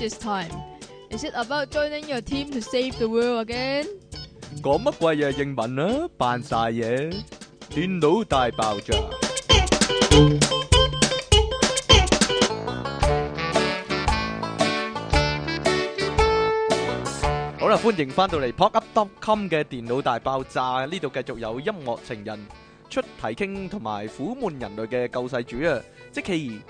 this time? Is it about joining your team to save the world again? 講乜鬼嘢英文啊？扮晒嘢，電腦大爆炸。好啦，歡迎翻到嚟 pocket.com 嘅電腦大爆炸，呢度繼續有音樂情人出題傾同埋苦悶人類嘅救世主啊，即其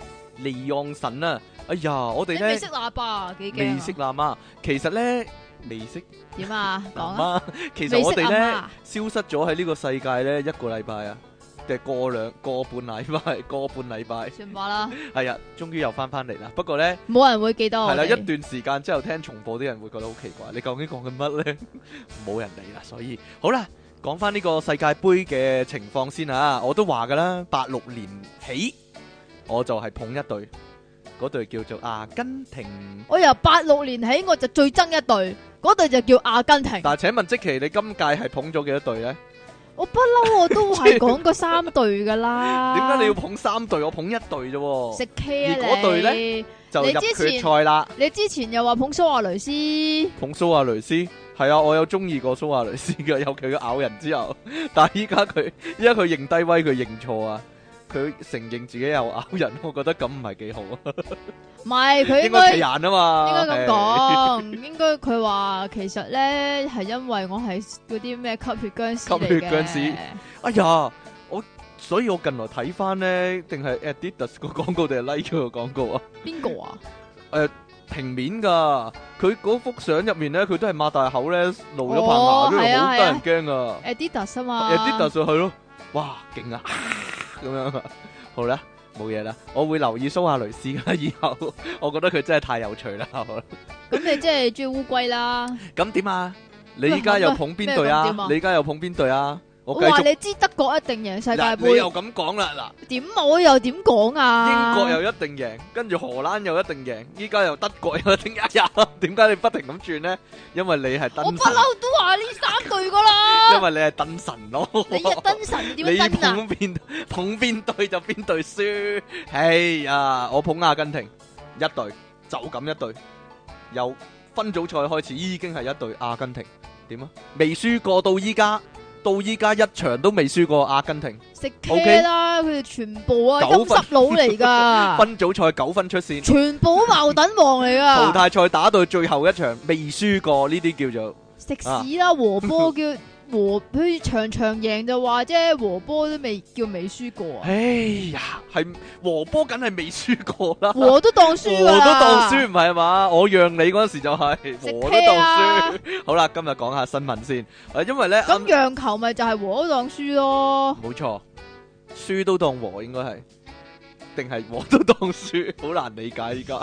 離岸神啊！哎呀，我哋你呢未識喇叭幾未驚識啊？啦嘛，其實呢，未識。點啊？講阿啊！媽，其實我哋未識咧阿消失咗喺呢個世界咧一個禮拜啊，定係過兩個半禮拜， 個半禮拜算話啦，係啊，終於又翻翻嚟啦。不過咧冇人會記得我係啦，哋。一段時間之後聽重播啲人會覺得好奇怪，你究竟講緊 乜咧？冇人理啦，所以好啦，講翻呢個世界盃嘅情況先嚇，我都話噶啦，八六年起我就係捧一隊，嗰隊叫做阿根廷。我由八六年起，我就最憎一隊，嗰隊就叫阿根廷。但係請問即期你今屆係捧咗幾多隊咧？我不嬲，我都係講嗰三隊噶啦。點解你要捧三隊？我捧一隊啫喎。食 K 啊？而嗰隊呢你就入你之前決賽啦，你之前又話捧蘇亞雷斯。捧蘇亞雷斯。係啊，我有中意過蘇亞雷斯嘅， 尤其佢咬人之後。 但係依家佢依家佢認低威，佢認錯啊，佢承認自己有咬人，我覺得咁唔係幾好啊。唔係佢應應該該企人啊嘛，應該咁係。講，應該佢話其實咧係因為我係嗰啲咩吸血僵屍嚟嘅吸血僵屍哎呀，我所以我近來睇翻呢，定係 Adidas 個廣告定係 Nike 個廣告啊？邊個啊？平面噶，佢嗰幅相入面呢，佢都係擘大口呢，露咗哦係棚牙出嚟，啊好係啊得人驚啊！ Adidas 啊嘛 Adidas 上去咯，哇，勁啊， 咁樣啊，好啦，冇嘢啦，我會留意蘇亞雷斯啦，以後 我覺得佢真係太有趣啦，好啦咁你即係中意烏龜啦。咁點啊？你依家又捧邊隊啊咩咁點啊？你依家又捧邊隊啊？我我繼話續，你知德國一定贏世界嗱你又盃，咁講啦，點我又點講嗱，英啊？國又一定贏，跟住荷蘭又一定贏，依家又德國又一定哎呀，點解你不停咁轉呢？因為你係我燈不神，嬲啊都話呢三隊噶啦 因。為你係燈神咯。你一燈神點你樣燈啊？捧邊 捧邊隊就邊隊輸。哎呀，我捧阿根廷一隊，就咁一隊。由分組賽開始已經係一隊阿根廷，點啊？未輸過到依家，到依家一場都未輸過阿根廷。食 OK K 啦，佢哋全部啊九陰分濕佬嚟噶， 分組賽九分出線，全部都矛盾王嚟 淘噶。汰賽打到最後一場未輸過，呢啲叫做食屎啊啦！和波叫 和，佢場場贏就話啫，和波都未叫未輸過啊，哎呀，係和波梗係未輸過啦。和都當和輸啊都㗎啦當輸唔係嘛？我讓你嗰時就係、食和都當 K 輸。啊！好啦，今日講下新聞先，啊，因為咧，咁啱讓球咪就係和都當輸咯，冇錯，輸都當和應該係，定係和都當輸， 好難理解依家。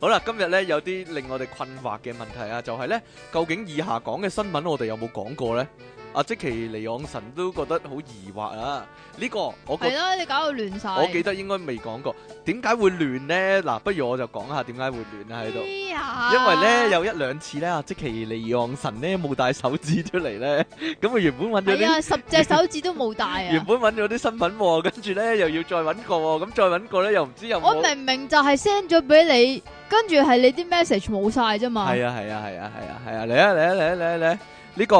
好啦，今日咧有啲令我哋困惑嘅問題啊，就係咧，究竟以下講嘅新聞我哋有冇講過咧？阿即其尼昂神都覺得好疑惑啊！呢個我覺係啦，你搞到亂晒。我記得應該未講過，點解會亂咧？嗱，不如我就講下點解會亂啦哎喺度。Ờ。因為咧有一兩次咧，阿即其尼昂神咧冇帶手指出嚟咧， 咁佢原本揾係咗啲啊，十隻手指都冇帶 原啊！本揾咗啲新聞喎，跟住咧又要再揾個喎，咁再揾個咧又唔知有我冇。明明就係 send 咗俾你，跟住係你啲 message 冇晒啫嘛。係啊係啊係啊係啊係啊嚟啊嚟啊嚟啊嚟啊嚟啊！呢個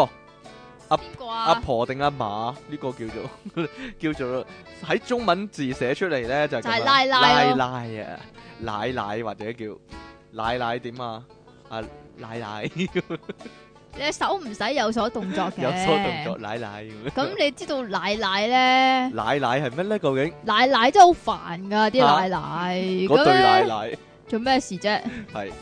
邊個阿啊？婆定阿嫲呢個叫做 叫做喺中文字寫出嚟咧就係咁就係樣奶奶咯奶奶啊奶奶或者叫奶奶點啊啊奶奶你手唔使有所動作嘅。有所動作。奶 奶咁樣。咁你知道奶奶咧？奶奶係乜咧？究竟？奶奶真係好煩噶，啲嚇奶奶。嗰咁對咧奶奶做咩事啫？係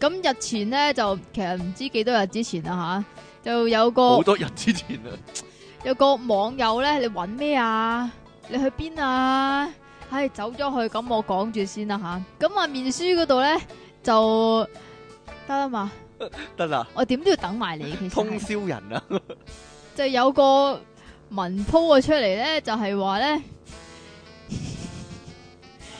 咁日前咧就其實唔知幾多日之前啦吓，就有好個多日之前啊， 有個網友咧，你揾咩啊？你去邊啊？唉，走咗去，咁我講住先啦吓。咁啊，面書嗰度咧就得啦嘛，得啦，我點都要等埋你。其實係通宵人啊，就有個文 po 咗出嚟咧，就係話咧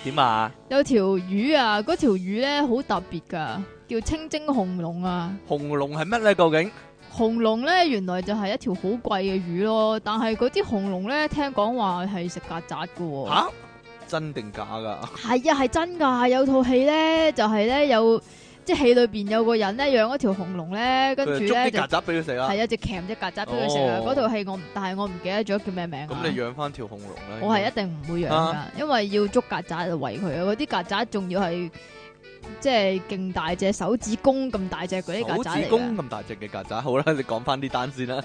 點啊？有條魚啊，嗰條魚咧好特別噶，叫清蒸紅龍啊。紅龍係乜咧？究竟？紅龍咧，原來就係一條好貴嘅魚咯，但係嗰啲紅龍咧，聽講話係食曱甴噶喎。吓？真定假噶？係啊，係真噶，有套戲咧就係、呢，咧有，即即係戲裏邊有個人咧養一條紅龍咧，跟住佢就捉咧啲就曱甴俾佢食啦。係啊，就鉗只曱甴俾佢食啊！哦嗰套戲我唔，但係我唔記得咗叫咩名啊咁你養翻條恐龍啦。我係一定唔會養噶啊，因為要捉曱甴就圍佢啊！嗰啲曱甴仲要係即係勁大隻，手指公咁大隻嗰啲曱手甴指嚟公㗎。咁大隻嘅曱甴，好啦， 你講翻啲單先啦。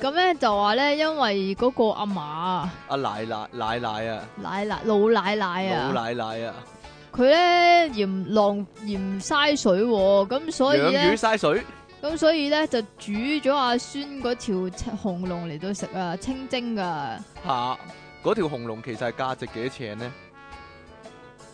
咁咧就話咧，因為嗰個阿嫲啊阿奶奶奶奶啊，奶奶老奶奶老啊，奶奶啊，佢咧嫌浪嫌嘥水喎，咁所以養魚咧嘥水，咁所以咧就煮咗阿孫嗰條紅龍嚟到食啊，清蒸㗎。吓嗰條紅龍其實係價值幾多錢呢？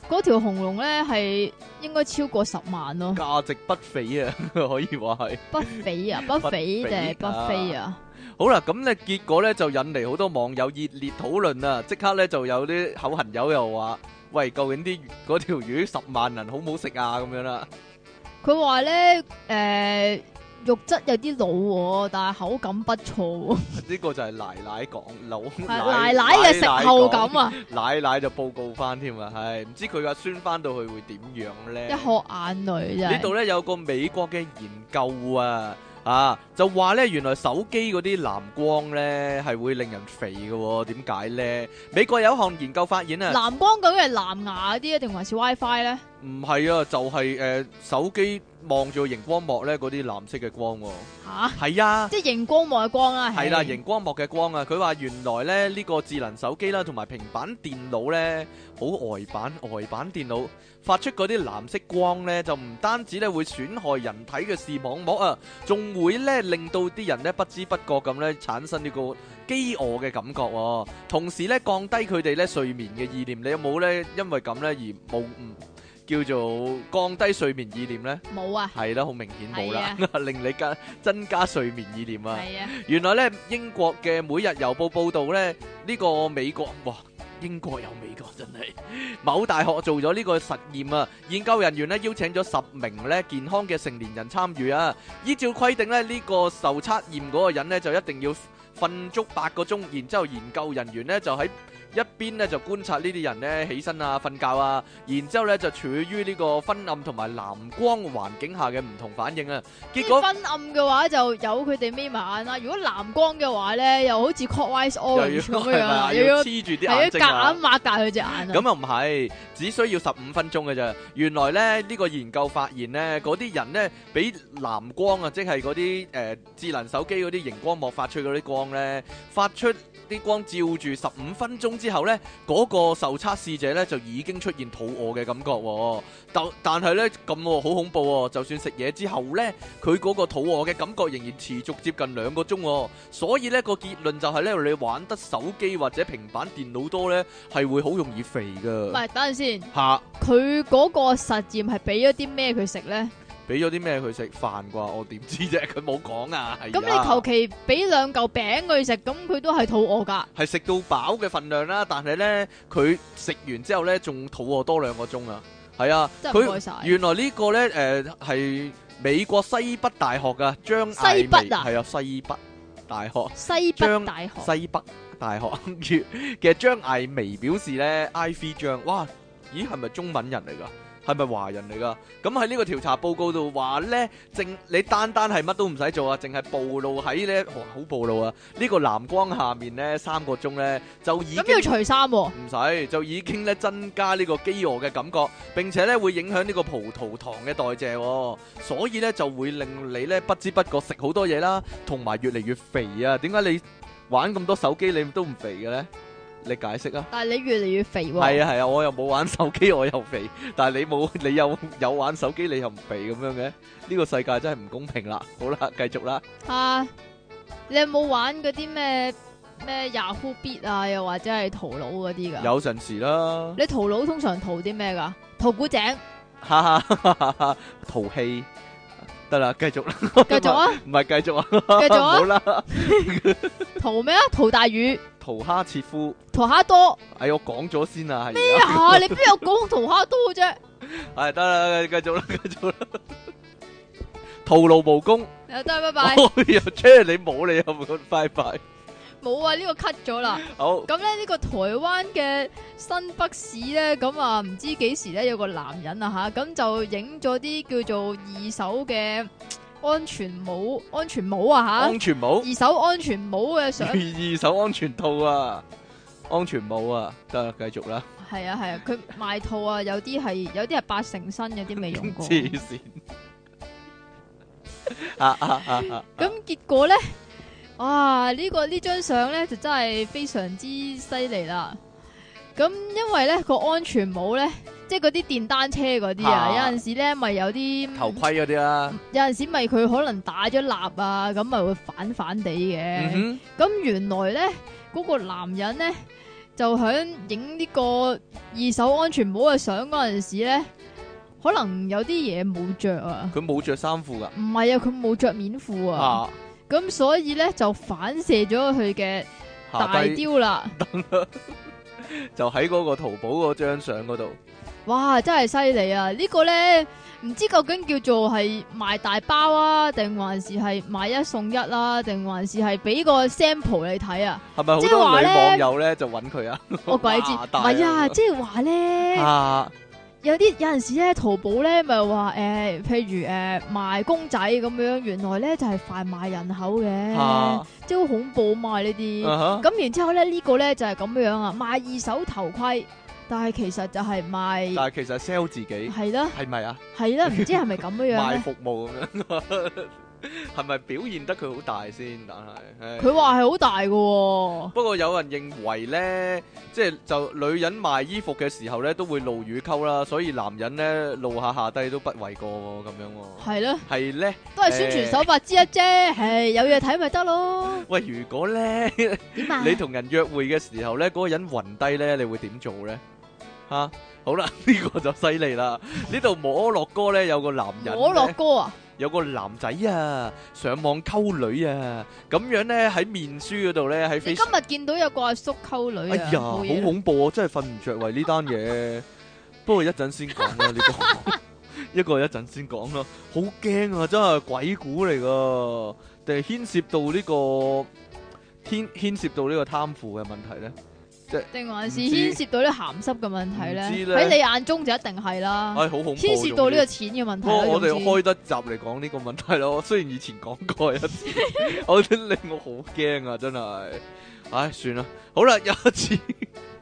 嗰條紅龍咧係應該超過十萬咯，價值不菲啊， 可以話係。不菲啊，不菲定係不菲啊？好啦，咁咧結果咧就引嚟好多網友熱烈討論啊！即刻咧就有啲口痕友又話：喂，究竟啲魚嗰條魚十萬人好唔好食啊？咁樣啦， 佢話咧誒肉質有啲老喎，但係口感不錯喎，呢個就係奶 奶講老係奶奶嘅食後感啊，奶奶就報告翻添啊，唉，唔知佢阿孫翻到去會點樣一咧？殼眼淚呢真係。度咧有個美國嘅研究啊，啊就話咧原來手機嗰啲藍光咧係會令人肥嘅喎，點解咧？美國有一項研究發現啊，藍光究竟係藍牙嗰啲啊，定還是 WiFi 咧？唔係啊，就係、呃手機望住個熒光幕咧嗰啲藍色嘅光喎，吓，係啊。即係熒光幕嘅光啊，係啦，係熒光幕嘅光啊，佢話原來咧呢、個智能手機啦，同埋平板電腦咧，好呆板呆板電腦發出嗰啲藍色光咧，就唔單止咧會損害人體嘅視網膜啊，仲會咧令到啲人咧不知不覺咁咧產生呢個飢餓嘅感覺喎、同時咧降低佢哋咧睡眠嘅意念。你有冇咧因為咁咧而冇唔叫做降低睡眠意念 咧？冇啊，係啦，好明顯冇啦，係令你加增加睡眠意念啊！係啊，原來咧英國嘅《每日郵報》報導咧，呢個美國哇，英國有美國真係某大學做咗呢個實驗啊，研究人員咧邀請咗十名咧健康嘅成年人參與啊，依照規定咧呢個受測驗嗰個人咧就一定要瞓足八個鐘，然之後研究人員咧就喺一邊咧就觀察呢啲人咧起身啊、瞓覺啊，然之後咧就處於呢個昏暗同埋藍光環境下嘅唔同反應啊，結啲。果昏暗嘅話就由佢哋眯埋眼啦，如果藍光嘅話咧，哦又好似 clockwise 又要 orange 咁樣樣係咪啊啊，要又要黐住係啲啊，眼睛夾啊硬！擘大佢隻眼啊。咁又唔係，只需要十五分鐘嘅咋。原來咧呢、個研究發現咧，嗰啲人咧俾藍光啊，即係嗰啲誒智能手機嗰啲熒光幕發出嗰啲光咧，發出啲光照住十五分鐘之後咧，嗰、個受測試者咧就已經出現肚餓嘅感覺喎、但但係咧咁喎好恐怖喎、就算食嘢之後咧，佢嗰個肚餓嘅感覺仍然持續接近兩個鐘喎、所以咧個結論就係咧，你玩得手機或者平板電腦多咧，係會好容易肥唔噶。係，等陣先，嚇，佢嗰個實驗係俾咗啲咩佢食咧？俾咗啲咩佢食飯啩？我點知啫？佢冇講啊。係咁啊你求其俾兩嚿餅佢食，咁佢都係肚餓㗎。係食到飽嘅份量啦，但係咧佢食完之後咧仲肚餓多兩個鐘啊。係啊，真係唔佢該晒原來呢個咧誒係美國西北大學噶張西艾北薇啊係啊西北大學。西北大學西北大學 嘅張艾薇表示咧，Ivy 張，哇，咦係咪中文人嚟㗎？係咪華人嚟㗎？咁喺呢個調查報告度話咧，淨你單單係乜都唔使做啊，淨係暴露喺咧，哇好暴露啊！呢、個藍光下面咧三個鐘咧就已經咁要除衫喎，唔使，就已經咧增加呢個飢餓嘅感覺，並且咧會影響呢個葡萄糖嘅代謝喎、所以咧就會令你咧不知不覺食好多嘢啦，同埋越嚟越肥啊！點解你玩咁多手機你都唔肥嘅呢？你解釋啊！但係你越嚟越肥喎。係啊係啊，我又冇玩手機，我又肥，但係你冇 你有有玩手機，你又唔肥咁樣嘅，呢個世界真係唔公平啦！好啦，繼續啦，啊，你有冇玩嗰啲咩咩 Yahoo Bit 啊，又或者係淘佬嗰啲㗎？有陣時啦，你淘佬通常淘啲咩㗎？淘古 井，哈哈，淘氣得啦，繼續啦，繼續啊， 唔係繼續啊！繼 續好啊，啦，淘咩啊？淘大魚，陶蝦切夫，淘蝦多。哎，我講咗先啊，係哎呀，而你邊有講淘蝦多 啫？哎家，係得啦，繼續啦， 繼續啦，徒勞無功，得，拜拜 哎。呀，車你冇你有冇，拜拜。冇啊，呢、個 cut 咗啦。好咁咧呢個台灣嘅新北市咧，咁啊唔知幾時咧有個男人啊吓，咁就影咗啲叫做二手嘅安全帽、安全帽啊安全帽吓，，二手安全帽嘅相，係 二手安全套啊，安全帽啊，得啦，繼續啦，啊係啊，佢賣套啊，有啲係有啲係八成新，有啲未用過。 黐線。啊啊啊啊！咁結果咧，啊呢、個呢張相咧就真係非常之犀利啦。咁因為咧個安全帽咧，即係嗰啲電單車嗰啲啊，啊有陣時咧咪有啲頭盔嗰啲啦，有陣時咪佢可能打咗蠟啊，咁咪會反反地嘅。嗯咁、原來咧嗰、個男人咧就響影呢個二手安全帽嘅相嗰陣時咧，可能有啲嘢冇着啊。哼，佢冇着衫褲噶，唔係啊，佢冇着面褲啊。啊，咁、所以咧就反射咗佢嘅大下低雕 啦。就喺嗰個淘寶嗰張相嗰度，哇，真係犀利啊！呢個咧唔知究竟叫做係賣大包啊，定還是係買一送一啦、定還是係俾個 sample 你睇啊？係咪好即係多話女呢網友咧就揾佢啊？我鬼知，哇唔大啊係啊，即係話咧，啊，有啲有陣時咧，淘寶咧咪話誒，譬如誒、賣公仔咁樣，原來咧就係販賣人口 ờ, 嘅啊，即係好恐怖嘛呢啲。啊哈咁然之後咧，呢個咧就係咁樣啊，賣二手頭盔，但係其實就係賣但係其實 sell 自己係啦，係咪啊？係 啦，唔知係咪咁樣樣賣咧？服 務咁樣，係咪表現得佢好大先？但係，唉佢話係好大嘅喎，不過有人認為呢，即係就女人賣衣服嘅時候呢，都會露乳溝啦，所以男人呢，露下下低都不為過喎，咁樣喎。係啦，係呢，都係宣傳手法之一啫，係有嘢睇咪得咯？喂，如果呢，點啊？ 你同人約會嘅時候呢，嗰、個人暈低呢，你會點做呢？吓、好 啦，呢、個就犀利啦。呢度摩洛哥呢，有個男人呢我落歌啊！有個男仔啊，上網溝女啊，咁樣咧喺面書嗰度咧喺你 Facebook，今日見到有個阿叔溝女哎啊，呀，好冇嘢啦恐怖啊，真係瞓唔着為呢單 嘢。不過一陣先講啦，呢個 一個一陣先講啦，好驚啊，真係鬼故嚟噶，定係牽涉到呢、個牽牽涉到呢個貪腐嘅問題咧？定還是唔知牽涉到啲鹹濕嘅問題唔知咧？呢喺你眼中就一定係啦，唉、好恐怖啊。牽涉到呢個錢嘅問題啦我我哋總之開得集嚟講呢個問題咯， 雖然以前講過一次，我覺得令我好驚啊，真係。唉，算啦，好啦，有一 次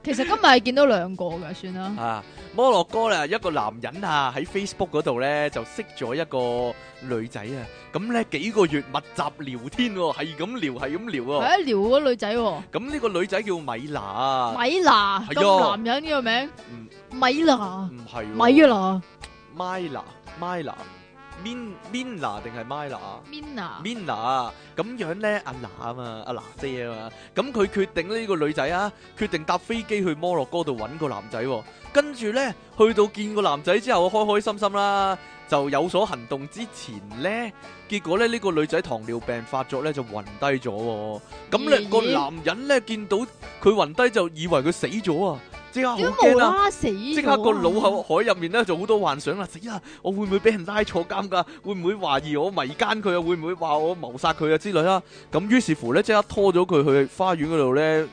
其實今日係見到兩個嘅，算 啦。啊，摩洛哥啦，一個男人啊喺 Facebook 嗰度咧就識咗一個女仔啊，咁咧幾個月密集聊天喎、係咁聊，係咁聊係喎、一啊撩嗰個女仔喎，咁呢個女仔叫米娜啊，米娜係啊咁男人嘅名，嗯米娜，唔係喎米娜米娜米娜 Min Mina 定係 Mina 啊？ ，Mina， Mina 咁樣咧，阿娜啊嘛，阿娜姐啊嘛，咁佢決定呢個女仔啊，決定搭飛機去摩洛哥度揾個男仔、喎。跟住咧去到見個男仔之後，開開心心啦，就有所行動之前咧，結果咧呢、個女仔糖尿病發作咧就暈低咗、喎。咁咧、咦個男人咧見到佢暈低就以為佢死咗啊，即刻好點解驚無啦！啦啦死咗啊？即刻個腦後海入面咧就好多幻想啦！死啦，我會唔會俾人拉坐監㗎？會唔會懷疑我迷奸佢啊？會唔會話我謀殺佢啊之類啦？咁於是乎咧，即刻拖咗佢去花園嗰度咧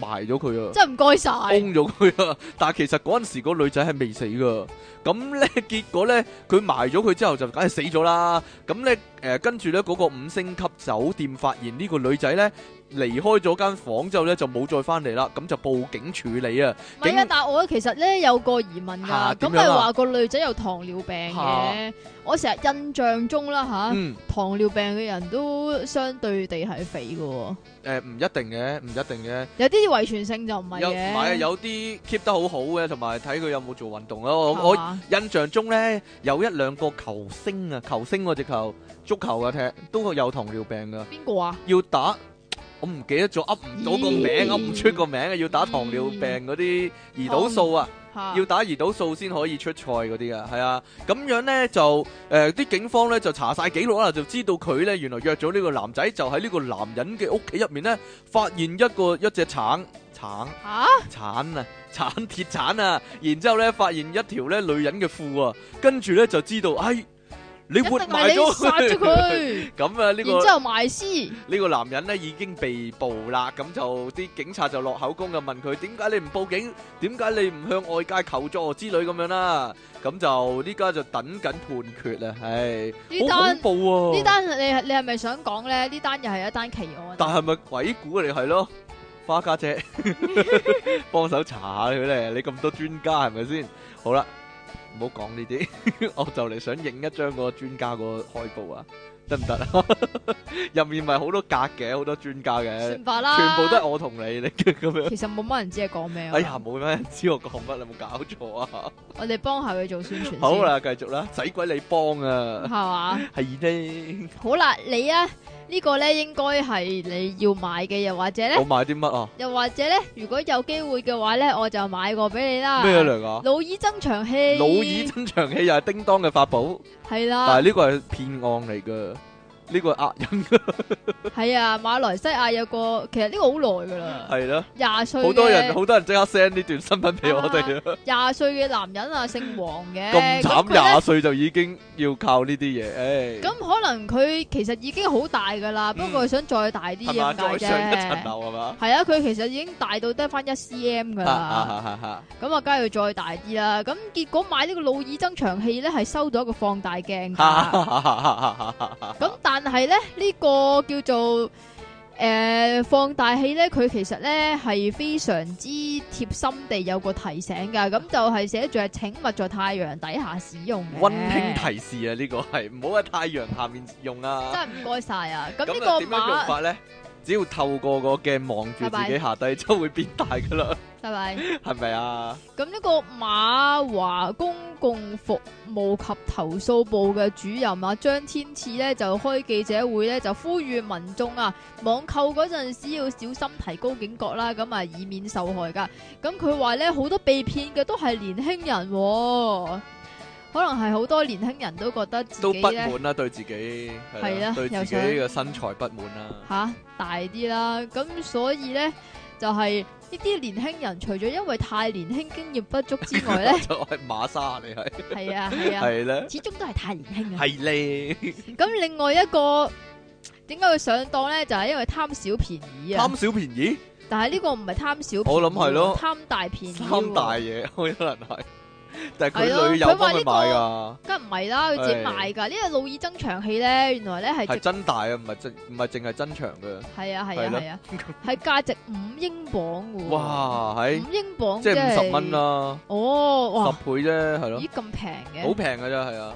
埋咗佢啊！真係唔該晒，崩咗佢啊！但係其實嗰陣時個女仔係未死噶，咁咧結果咧佢埋咗佢之後就梗係死咗啦。咁咧誒跟住咧嗰個五星級酒店發現呢個女仔咧離開咗間房之後咧就冇再翻嚟啦，咁就報警處 理啊！唔係啊，但係我其實咧有個疑問嚇㗎，咁點樣咪啊話個女仔有糖尿病嘅嚇，我成日印象中啦吓。嗯。糖尿病嘅人都相對地係肥嘅喎，誒呃唔一定嘅，唔一定嘅，有啲遺傳性就唔係有唔嘅，係啊有啲 keep 得好好嘅，同埋睇佢有冇做運動咯。我係我嘛印象中咧有一兩個球星啊，球星嗰隻球足球嘅踢都有糖尿病噶，邊個啊？要打我唔記得咗，噏唔到個名，咦嗯噏唔出個名啊，要打糖尿病嗰啲胰島素啊。嚇要打胰島素先可以出賽嗰啲啊，係啊，咁樣呢，就誒啲、警方呢就查晒記錄啦，就知道佢呢原來約咗呢個男仔，就喺呢個男人嘅屋企入面呢，發現一個一隻橙橙嚇橙啊橙鐵 橙啊，然之後呢發現一條呢女人嘅褲啊，跟住呢就知道，哎你一定活係埋你殺咗咗。佢， 咁啊，呢然個之後埋屍。呢個男人咧已經被捕啦，咁就啲警察就落口供就問佢點解你唔報警，點解你唔向外界求助之類咁樣啦，咁就呢家就等緊判決啦，唉，呢好恐單怖呢啊喎！單你係你係咪想講咧？呢單又係一單奇案。啊但係咪鬼故嚟係咯？花家姐 幫手查下佢咧，你咁多專家係咪先？好啦，唔好講呢啲， 我就嚟想影一張嗰個專家嗰個開布啊，得唔得啊？ 入面咪好多格嘅，好多專家嘅。算法啦，全部都係我同你，你咁樣。其實冇乜人知係講咩啊。哎呀，冇咩人知我講乜，你有冇搞錯啊？我哋幫下佢做宣傳先。好，啦，繼續啦，使鬼你幫係啊，嘛？係呢？好啦，你啊呢個咧應該係你要買嘅，又或者我咧，買啲乜啊？又或者咧，如果有機會嘅話咧，我就買個俾你啦。咩啊嚟噶？老耳增長器。老耳增長器又係叮當嘅法寶，係但啦係，呢個係騙案嚟噶，呢個係呃人噶，係啊，馬來西亞有個，其實呢個好耐㗎啦，係啦，廿歲好多人嘅好多人即刻 send 呢段新聞俾我哋啊，廿歲嘅男人啊，姓黃嘅，咁咁慘佢呢廿歲就已經要靠呢啲嘢，唉，咁可能佢其實已經好大㗎啦，不過佢想再大啲嗯係嘛？再咁上解一層啫。樓係嘛？係啊，佢其實已經大到得翻一 cm 㗎啊啦，啊啊啊！咁啊，梗係要再大啲啦。咁結果買呢個腦耳增長器咧，係收到一個放大鏡 㗎。啊咁但係咧，呢、個叫做诶、呃放大器咧，佢其實咧係非常之貼心地有個提醒㗎。咁就係寫住係請勿在太陽底下使用嘅。温馨提示啊，呢、個係唔好喺太陽下面用啊。真係唔該晒啊！咁咁呢啊個點樣用馬，法咧？只要透過個鏡望住自己下低，就會變大噶啦，拜拜。 係咪啊？咁呢個馬華公共服務及投訴部嘅主任啊張天賜呢，就開記者會呢，就呼籲民眾啊網購嗰陣時要小心提高警覺啦，咁啊以免受害噶。咁佢話呢，好多被騙嘅都係年輕人、喎，可能係好多年輕人都覺得自都己不呢滿啦，對自己係係啦，啊對自己又嘅身材不滿啦。，吓、大啲啦，咁所以呢，就係呢啲年輕人除咗因為太年輕經驗不足之外呢 就係馬沙，你係係啊係啊。係咧，始終都係太年輕啊！係咧，咁另外一個點解會上當咧？就係、因為貪小便宜啊！貪小便宜，但係呢個唔係貪小便宜喎，我諗係咯貪大便宜喎。貪大嘢，可能係。但係係咯佢女友佢話幫佢呢個買㗎，梗唔係啦，佢自己買㗎。呢個腦耳增長器咧，原來咧係係值真大啊，唔係真唔係淨係真長嘅。係啊係係啊咯係啊，係價值五英鎊嘅喎。！哇，喺五英鎊即係係五十蚊。啦。哦，十哇！倍啫，係咯咦，咁平好嘅，平㗎啫，係啊，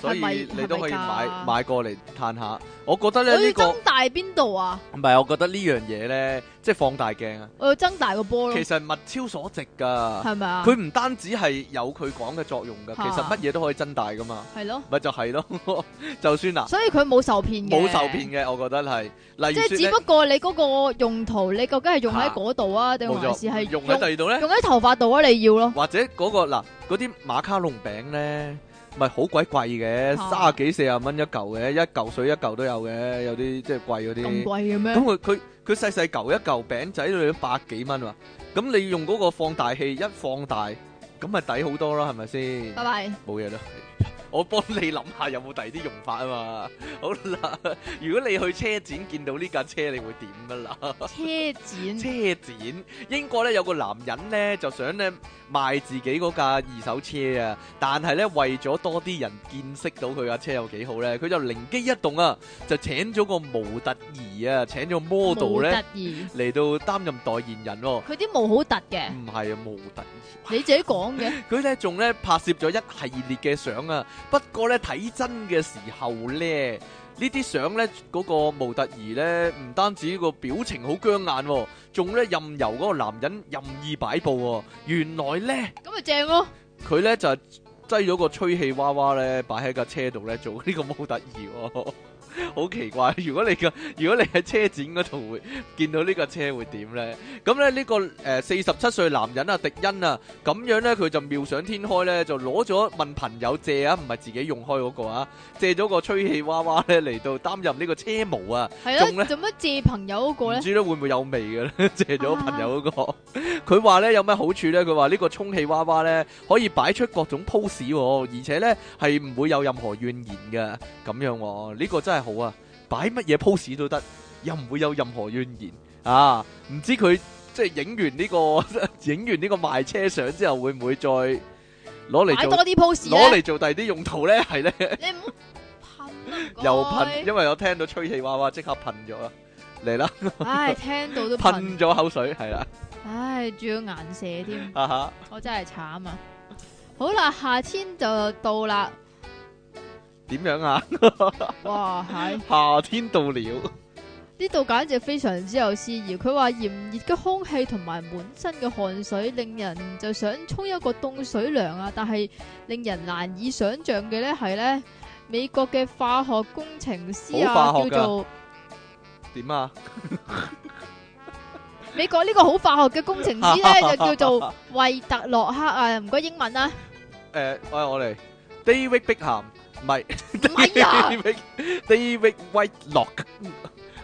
所以係咪你都可以係咪買㗎買過嚟嘆下。我覺得我咧要呢個增大邊度啊？唔係，我覺得呢樣嘢咧，即係放大鏡啊，我要增大個波咯其，實物超所值㗎。嗯係咪啊？佢唔單止係有佢講嘅作用㗎，嚇其實乜嘢都可以增大㗎嘛，係咯，咪就係咯。 就算嗱所以佢冇受騙嘅，冇受騙嘅，我覺得係，例即如係説只咧不過你嗰個用途，你究竟係用喺嗰度啊，定冇還是係錯，用喺第二度咧，用喺頭髮度啊？你要咯，或者嗰個嗱嗰啲馬卡龍餅咧，咪好鬼貴嘅，啊三十幾四十蚊一嚿嘅，一嚿水一嚿都有嘅，有啲即係貴咁嗰啲。貴嘅咁咩？佢佢佢細細嚿一嚿餅仔都要百幾蚊喎，咁你用嗰個放大器一放大，咁咪抵好多啦，係咪先？拜拜。冇嘢啦。我幫你諗下有冇第二啲用法啊嘛。 好啦，如果你去車展見到呢架車，你會點噶啦？車展車展，英國咧有個男人咧就想咧賣自己嗰架二手車啊，但係咧為咗多啲人見識到佢架車有幾好咧，佢就靈機一動啊，就請咗個模特兒啊，請咗 model 模咧特兒，嚟到擔任代言人喎、佢啲毛好突嘅，唔係啊，模特兒。你自己講嘅。佢咧仲咧拍攝咗一系列嘅相啊，不過咧睇真嘅時候咧，呢啲相咧嗰個模特兒咧唔單止個表情好僵硬、喎，仲咧任由嗰個男人任意擺佈喎、原來咧咁咪正咯，佢咧就係擠咗個吹氣娃娃咧擺喺架車度咧做呢個模特兒、喎。 好奇怪。 如果你個如果你喺車展嗰度會見到呢架車會點呢？咁咧呢個誒四十七歲男人啊，迪恩啊，咁樣呢，佢就妙想天開呢，就攞咗問朋友借啊，唔係自己用開嗰個啊，借咗個吹氣娃娃呢嚟到擔任呢個車模啊。系仲咧啦，做乜借朋友嗰個唔咧？知咧會唔會有味嘅咧？ 借咗朋友嗰、啊個，佢話咧有咩好處咧？佢話呢個充氣娃娃咧可以擺出各種 pose，喎而且咧係唔會有任何怨言嘅咁樣喎。呢、個真係好啊！擺乜嘢 pose 都得，又唔會有任何怨言啊！唔知佢即係影完呢、個 影完呢個賣車相之後，會唔會再攞嚟擺做多啲 pose 攞咧，嚟做第二啲用途咧？係咧。你唔好噴啦，唔該又噴，，因為我聽到吹氣娃娃即刻噴咗啦，嚟啦，唉，聽到都噴噴，咗口水，係啦，唉，仲要顏射添。啊哈，我真係慘啊！好啦，夏天就到啦，點樣啊？哇，係夏天到了，呢度簡直非常之有詩意。佢話炎熱嘅空氣同埋滿身嘅汗水，令人就想沖一個凍水涼啊！但係令人難以想像嘅呢係呢美國嘅化學工程師啊，好化學㗎叫做點啊？美國呢個好化學嘅工程 師呢，就叫做惠特洛克啊！唔該英文 啊，誒，我我嚟，David Beckham，唔係唔係啊， David David Whitelock，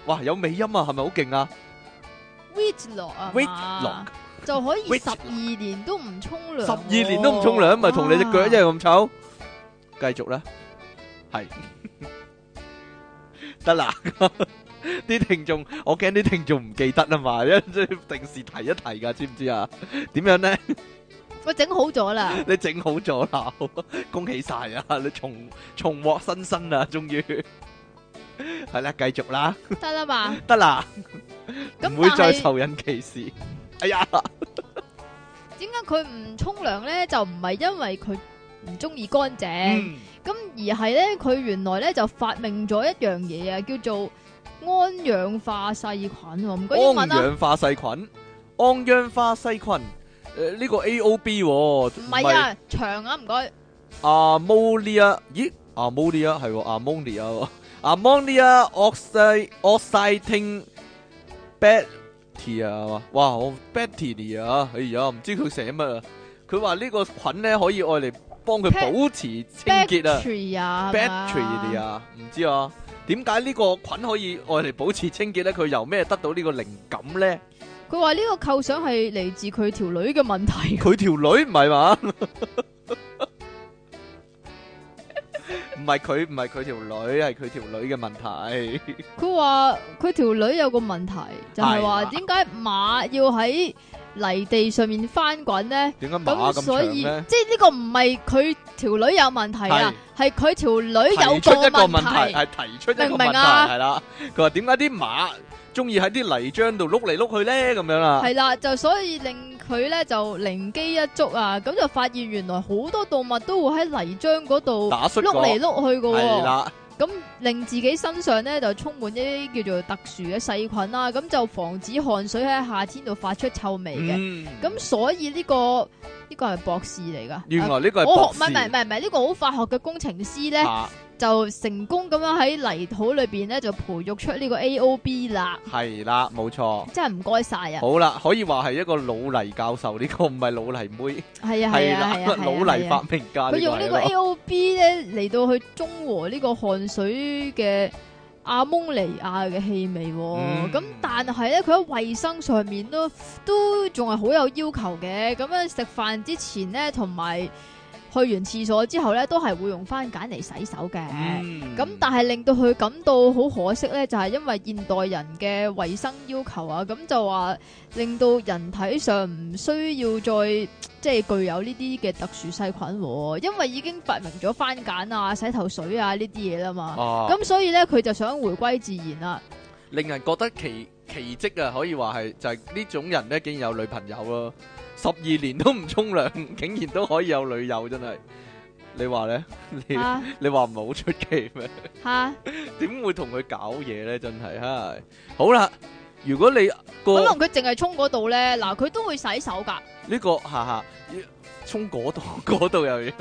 哇，有美音啊，係咪好勁啊？ Whitlock 啊 Whitlock 嘛，就可以 Whitlock 十二年都唔沖涼喎，十二年都唔沖涼，咪同你隻腳一樣咁醜。繼續啦， 係得 啦。啲聽眾，我驚啲聽眾唔記得啊 嘛，一即係定時提一提噶，知唔知啊？點樣咧？我整好咗啦，你整好咗啦，好恭喜晒啊！你重重獲新生啦，終於係啦，繼續啦，得啦嘛。得啦，咁唔會再但係受人歧視。哎呀，點解佢唔沖涼咧？就唔係因為佢唔中意乾淨，嗯，咁、而係咧佢原來咧就發明咗一樣嘢啊，叫做胺氧化細菌喎。唔該英胺文啊，氧化細菌，胺氧化細菌，誒呢個 A O B 喎，唔係啊，長啊，唔該。 ammonia，咦，ammonia 係喎，ammonia 喎，ammonia oxide oxiding bacteria 嘛，哇，我 bacteria，哎呀，唔知佢寫乜啊？佢話呢個菌咧可以愛嚟幫佢 Pat- 保持清潔啊 battery 啊啊， ，bacteria，唔知啊，點解呢個菌可以愛嚟保持清潔咧？佢由咩得到呢個靈感咧？佢話呢個構想係嚟自佢條女嘅問題。 佢條女唔係嘛？唔係佢，唔係佢條女，係佢條女嘅問題。佢話佢條女有個問題，就係話係啊點解馬要喺泥地上面翻滾咧？點解馬咁咁所長以即係咧？呢個唔係佢條女有問題啊，係佢條女有提出一個個問題，題。係提出一個明唔問明題，啊係啦。佢話點解啲馬中意喺啲泥漿度碌嚟碌去咧？咁樣啦，係啦，就所以令佢咧就靈機一觸啊，咁就發現原來好多動物都會喺泥漿嗰度打摔碌嚟過，碌去噶係喎，啦，咁令自己身上咧就充滿一啲叫做特殊嘅細菌啦，咁就防止汗水喺夏天度發出臭味嘅。嗯，咁所以呢、個呢、個係博士嚟噶。原啊來呢個係我博學士唔係唔係唔係唔係呢個好化學嘅工程師咧，啊就成功咁樣喺泥土裏邊咧就培育出呢個 AOB 啦，係啦，冇錯。真係唔該晒啊！好啦，可以話係一個老泥教授，呢個唔係老泥妹，係啊係係啊啦係啊，，老泥係啊發明家。佢用係呢一個個 AOB 咧嚟到去中和呢個汗水嘅阿蒙尼亞嘅氣味、嗯喎。咁、但係咧佢喺衞生上面都都仲係好有要求嘅。咁樣食飯之前咧，同埋去完廁所之後咧，都係會用番梘嚟洗手嘅。嗯咁但係令到佢感到好可惜咧，就係、因為現代人嘅衞生要求啊，咁就話令到人體上唔需要再即係具有呢啲嘅特殊細菌喎，因為已經發明咗番梘啊、洗頭水啊呢啲嘢啦嘛。哦，咁、所以咧，佢就想回歸自 然啦。令人覺得奇奇蹟啊，可以話係就係、呢種人咧，竟然有女朋友咯，十二年都唔沖涼，竟然都可以有女友，真係你話咧？ 你嚇你話唔係好出奇咩？ 嚇，點會同佢搞嘢咧？真係唉，好啦，如果你可個能佢淨係沖嗰度咧，嗱佢都會洗手㗎。呢、個下下，沖嗰度 嗰度又要，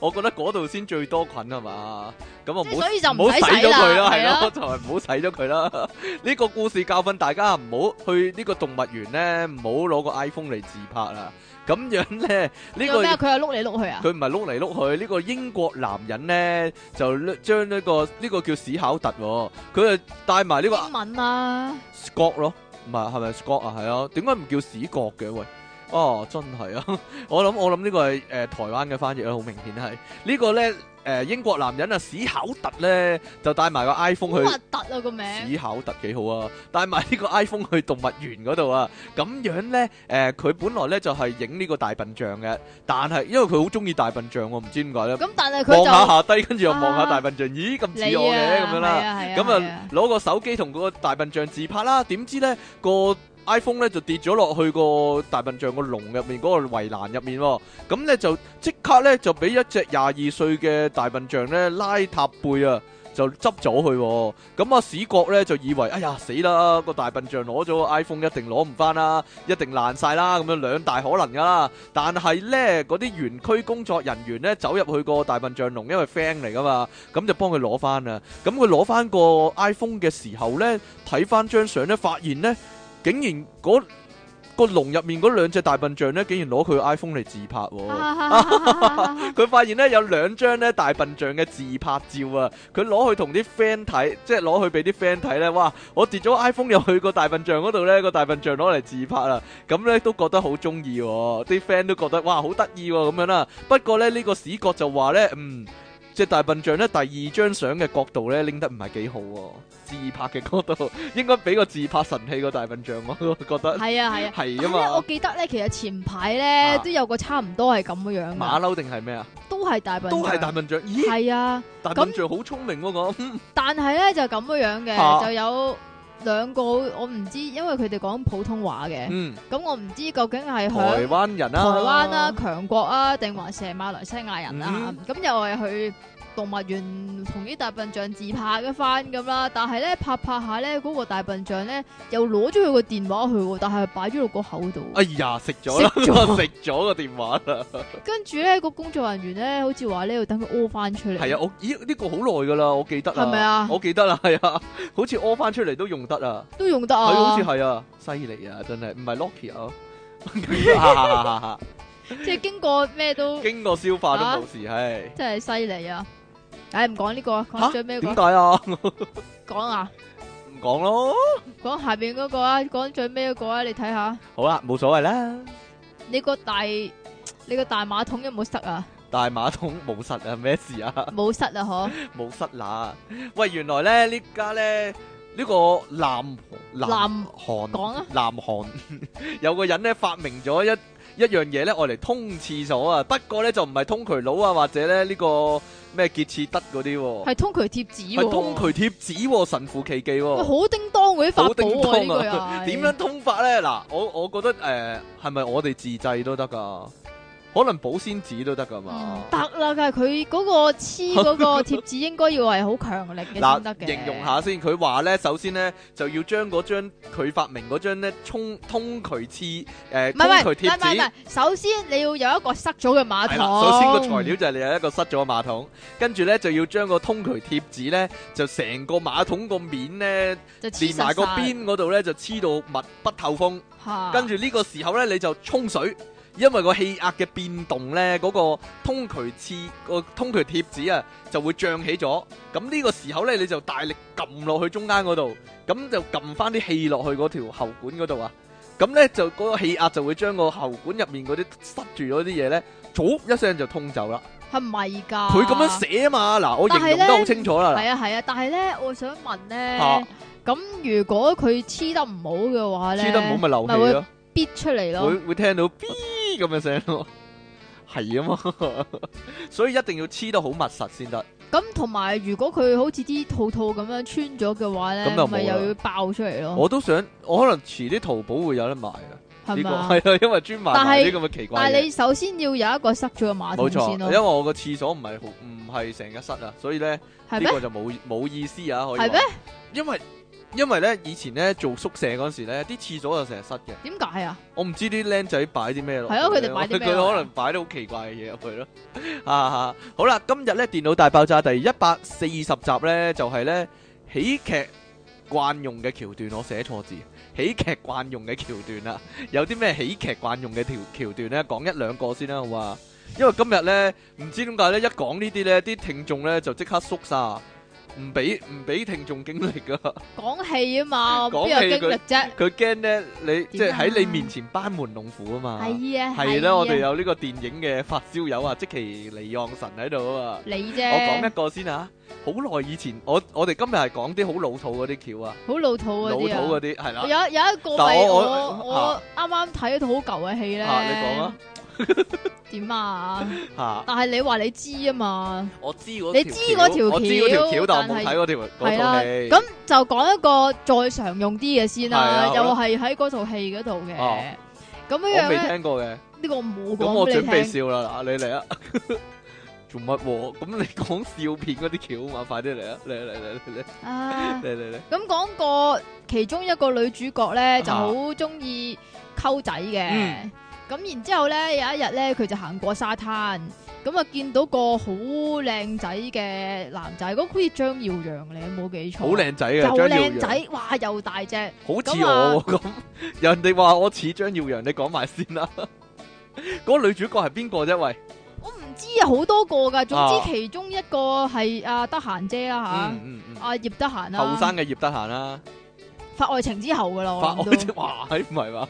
我覺得嗰度先最多菌係嘛，咁啊即係唔好所以就唔唔好使洗咗洗啦佢啦，係係啦咯， 就係唔好洗咗佢啦。呢個故事教訓大家唔好去呢個動物園咧，唔好攞個 iPhone 嚟自拍啦。咁樣咧，仲呢有個咩啊？佢又碌嚟碌去啊？佢唔係碌嚟碌去，呢個英國男人咧就將呢個呢個叫史考特喎，佢就帶埋呢個英文啊， Scott 咯，唔係係咪 Scott 啊？係啊，點解唔叫史國嘅喂？哦，真係啊！ 我諗我諗呢個係誒、呃台灣嘅翻譯啦，好明顯係呢個咧誒、呃英國男人啊史考特咧就帶埋個好 iPhone 去核突啊個名，史考特幾好啊，帶埋呢個 iPhone 去動物園嗰度啊，咁樣咧誒佢本來咧就係影呢個大笨象嘅，但係因為佢好中意大笨象，我唔知點解咧，咁但係望佢下就下低，跟住又望下啊大笨象，咦咁你似我嘅咁樣啦。咁咁啊，攞個手機同嗰個大笨象自拍啦，點知咧個 iPhone 咧就跌咗落去個大笨象個籠入面嗰、個圍欄入面喎，咁咧就即刻咧就俾一隻廿二歲嘅大笨象咧拉塔背啊！就執咗佢喎，咁啊史國咧就以為，哎呀死啦，個大笨象攞咗個 iPhone 一定攞唔翻啦，一定爛晒啦，咁樣兩大可能噶啦。但係咧，嗰啲園區工作人員咧走入去個大笨象籠，因為 friend 嚟噶嘛，咁就幫佢攞翻啦。咁佢攞翻個 iPhone 嘅時候咧，睇翻張相咧，發現咧，竟然嗰、個籠入面嗰兩隻大笨象咧，竟然攞佢 iPhone 嚟自拍喎、啊，佢發現咧有兩張咧大笨象嘅自拍照啊，佢攞去同啲 friend 睇，即係攞去俾啲 friend 睇咧，哇！我跌咗 iPhone 入去個大笨象嗰度咧，個大笨象攞嚟自拍啊，咁咧都覺得好中意喎，啲 friend 都覺得哇好得意喎咁樣啦。不過咧呢、個史角就話咧，嗯。只大笨象咧，第二張相嘅角度咧拎得唔係幾好喎、自拍嘅角度 應該俾個自拍神器個大笨象，我覺 得係啊係 啊。係啊咁咧，我嘛，記得咧，其實前排啊咧都有個差唔多係咁嘅樣馬噶，騮定係咩啊？都係大笨象，都係大笨象，咦？係啊，大笨象好聰明喎、咁。但係咧就咁嘅樣啊嘅，就有兩個我唔知，因為佢哋講普通話嘅，嗯，咁我唔知究竟係台響灣啊人台啦、灣啦、強國啊，定還是係馬來西亞人啦嗯？咁又係去動物園同啲大笨象自拍一番咁啦，但係咧拍拍下咧，嗰個大笨象咧又攞咗佢個電話去喎，但係擺咗落個口度。哎呀，食咗啦，食咗 食咗個電話 啦，跟住咧個工作人員咧，好似話咧要等佢屙翻出嚟。係啊，我咦呢個好耐噶啦，我記得啦，係咪啊我記得啦， 係啊，好似屙翻出嚟都用得啊，都用得係啊，好似係啊，犀利啊，真係唔啊係 Locky 啊，即係經過咩都 經過消化都冇事，係真係犀利啊！唉，唔講呢個，嚇講最尾點嗰解啊？講啊，唔講咯，講下邊嗰個啊，講最尾嗰個啊，你睇下好啦，冇所謂啦，你個大你個大馬桶有冇塞啊？大馬桶冇實啊，咩事啊？ 冇塞啊，嗬？冇塞啦，喂，原來咧呢家咧呢個南南韓講啊南韓 有個人咧發明咗一一樣嘢咧，愛嚟通廁所啊，不過咧就唔係通渠佬啊，或者咧呢、個咩潔廁得嗰啲喎，係通渠貼紙喎，係通渠貼紙喎，神乎其技喎、喂好叮當嗰啲法好叮寶啊！呢當個又係 點樣？通法咧？嗱，我我覺得誒係咪我哋自製都得噶？可能保鮮紙都得噶嘛唔？嗯得啦，但係佢嗰個黐嗰個貼紙應該要係好強力嘅先得 嗱，嘅。形容下先，佢話咧，首先咧就要將嗰張佢發明嗰張咧通通渠黐誒唔係唔通係唔渠貼係唔紙，係，首先你要有一個塞咗嘅馬係桶。啦。首先個材料就係你有一個塞咗嘅馬桶，跟住咧就要將個通渠貼紙咧就成個馬桶個面咧就黐連埋個邊嗰度咧就黐到密不透風，邊跟住呢個時候咧你就沖水。因為個氣壓嘅變動咧，嗰、個通渠黐個通渠貼紙啊就會漲起咗。咁呢個時候咧，你就大力撳落去中間嗰度，咁就撳翻啲氣落去嗰條喉管嗰度啊。咁咧就嗰、個氣壓就會將個喉管入面嗰啲塞住嗰啲嘢咧，嗚一聲就通走啦。係咪噶？佢咁、樣寫啊嘛，嗱我但形係容得呢好清楚啦。係啊係啊，但係咧，我想問咧嚇，咁如果佢黐得唔好嘅話咧，黐得唔好咪漏咪會氣咯，必出嚟會咯。會聽到 B 咁嘅聲咯，係啊嘛， 所以一定要黐得好密實先得。咁同埋如果佢好似啲套套咁樣穿咗嘅話咁咧就冇，啦咪又要爆出嚟咯，我都想，我可能遲啲淘寶會有得賣啊！係呢個 咪啊？係啊，因為專賣但賣係啲咁嘅奇怪但係嘢。你首先要有一個塞咗嘅馬冇桶錯，先因咯為，我個廁所唔係好唔係成日塞啊，所以咧呢係咩？個就冇冇意思啊，可以係咩話。因為因為咧以前咧做宿舍嗰陣時咧，啲廁所就成日塞嘅。點解啊？我唔知啲僆仔擺啲咩落去係咧，咯佢哋擺啲咩佢落去啊可能擺啲好奇怪嘅嘢入去咯。啊，好啦，今日咧電腦大爆炸第一百四十集咧，就係咧喜劇慣用嘅橋段，我寫錯字，喜劇慣用嘅橋段啦。有啲咩喜劇慣用嘅條橋段咧？講一兩個先啦，好嘛？因為今日咧唔知點解咧，一講呢啲咧，啲聽眾咧就即刻縮沙，唔俾唔俾聽眾經歷噶。講戲啊嘛，邊講戲啊有經歷啫？佢驚咧你即係喺你點啊面前班門弄斧啊嘛。係啊，係啊啦，我哋有呢個電影嘅發燒友啊，即其尼昂神喺度啊嘛。你我講一啫，個先啊，好耐以前，我我哋今日係講啲好老土嗰啲橋啊，好老土老嗰土啲啊。嗰啲係啦。有有一個但咪我我我我啱啱睇一套好舊嘅戲咧，啊你講啊。點啊？嚇，但係你話你知啊嘛，我知嗰你知嗰條我知嗰條橋橋，但我冇但係睇嗰條嗰係啦。套戲。咁就講一個再常用啲嘅先啦，係啊又好係喺嗰套戲嗰度嘅哦。咁樣我樣未咧，聽過嘅，呢個我冇咁講我俾準你備聽。笑啦，嗱你嚟啊！做乜喎？咁你講笑片嗰啲橋嘛，快啲嚟啊！嚟嚟嚟嚟啊嚟嚟嚟嚟！咁講過其中一個女主角咧，就啊好中意溝仔嘅。嗯咁然之後咧，有一日咧，佢就行過沙灘，咁啊見到個好靚仔嘅男仔，嗰個好似張耀揚嚟，冇記錯。好，靚仔嘅又張耀靚揚。仔，哇，又大隻。好似我啊喎咁， 人哋話我似張耀揚，你講埋先啦。 嗰個女主角係邊個啫？喂，我唔知啊，好多個噶，總啊之其中一個係啊得閒姐啦嗯嗯吓，嗯，阿葉得閒啦，後生嘅葉德嫻啦，發愛情之後噶啦，我發諗愛都情 嗯哇，係唔 係嘛？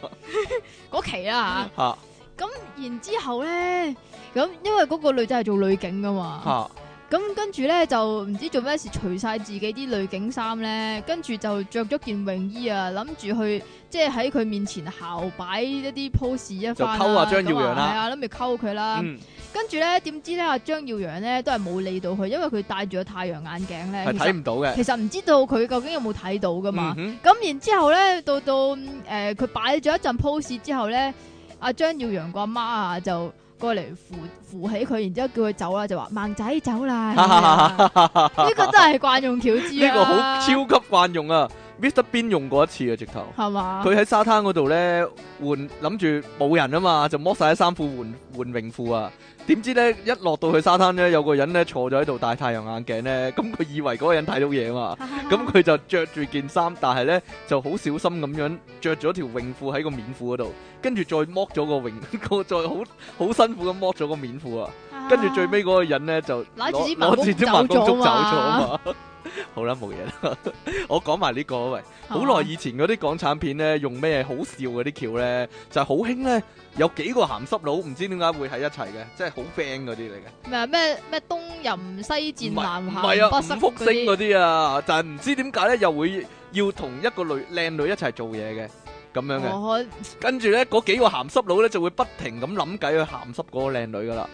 嗰期啦嚇吓。咁然之後咧，咁因為嗰個女仔係做女警噶嘛。嚇，咁跟住咧就唔知做咩事，除晒自己啲女警衫咧，跟住就着咗件泳衣啊，諗住去即係喺佢面前姣擺一啲 pose 一番就溝啊張耀揚啦係啊，諗住溝佢啦。嗯，跟住咧，點知咧阿張耀揚咧都係冇理到佢，因為佢戴住個太陽眼鏡咧，係其睇實唔到嘅。其實唔知道佢究竟有冇睇到噶嘛。嗯咁然之後咧，到到誒佢擺咗一陣 pose 之後咧，阿張耀揚個阿媽啊就過嚟扶扶起佢，然之後叫佢走啦，就話盲仔走 啦。咁樣啊哼呢個真係慣用橋之呢個好超超級慣用啊！Mr Bean 用過一次啊，直頭。係嘛？佢喺沙灘嗰度咧換，諗住冇人啊嘛，就剝晒啲衫褲換換泳褲啊。點知咧一落到去沙灘咧，有個人咧坐咗喺度戴太陽眼鏡咧，咁佢以為嗰個人睇到嘢啊嘛， 咁佢就着住件衫，但係咧就好小心咁樣着咗條泳褲喺個面褲嗰度，跟住再剝咗個泳， 個再好好辛苦咁剝咗個面褲啊，跟住最尾嗰個人咧就攞住支攞盲住支公盲公走竹咗走咗嘛，啊嘛。 好啦，冇嘢啦， 我講埋呢個啊喂。好係嘛耐以前嗰啲港產片咧，用咩好笑嗰啲橋咧，就係好興咧，有幾個鹹濕佬唔知點解會喺一齊嘅，即係好 friend 嗰啲嚟嘅。咩咩咩東淫西戰南唔下係啊，北五福塞星嗰啲啊，但係唔知點解咧，又會要同一個女靚女一齊做嘢嘅，咁樣嘅。我跟住咧，嗰幾個鹹濕佬咧就會不停咁諗計去鹹濕嗰個靚女噶啦。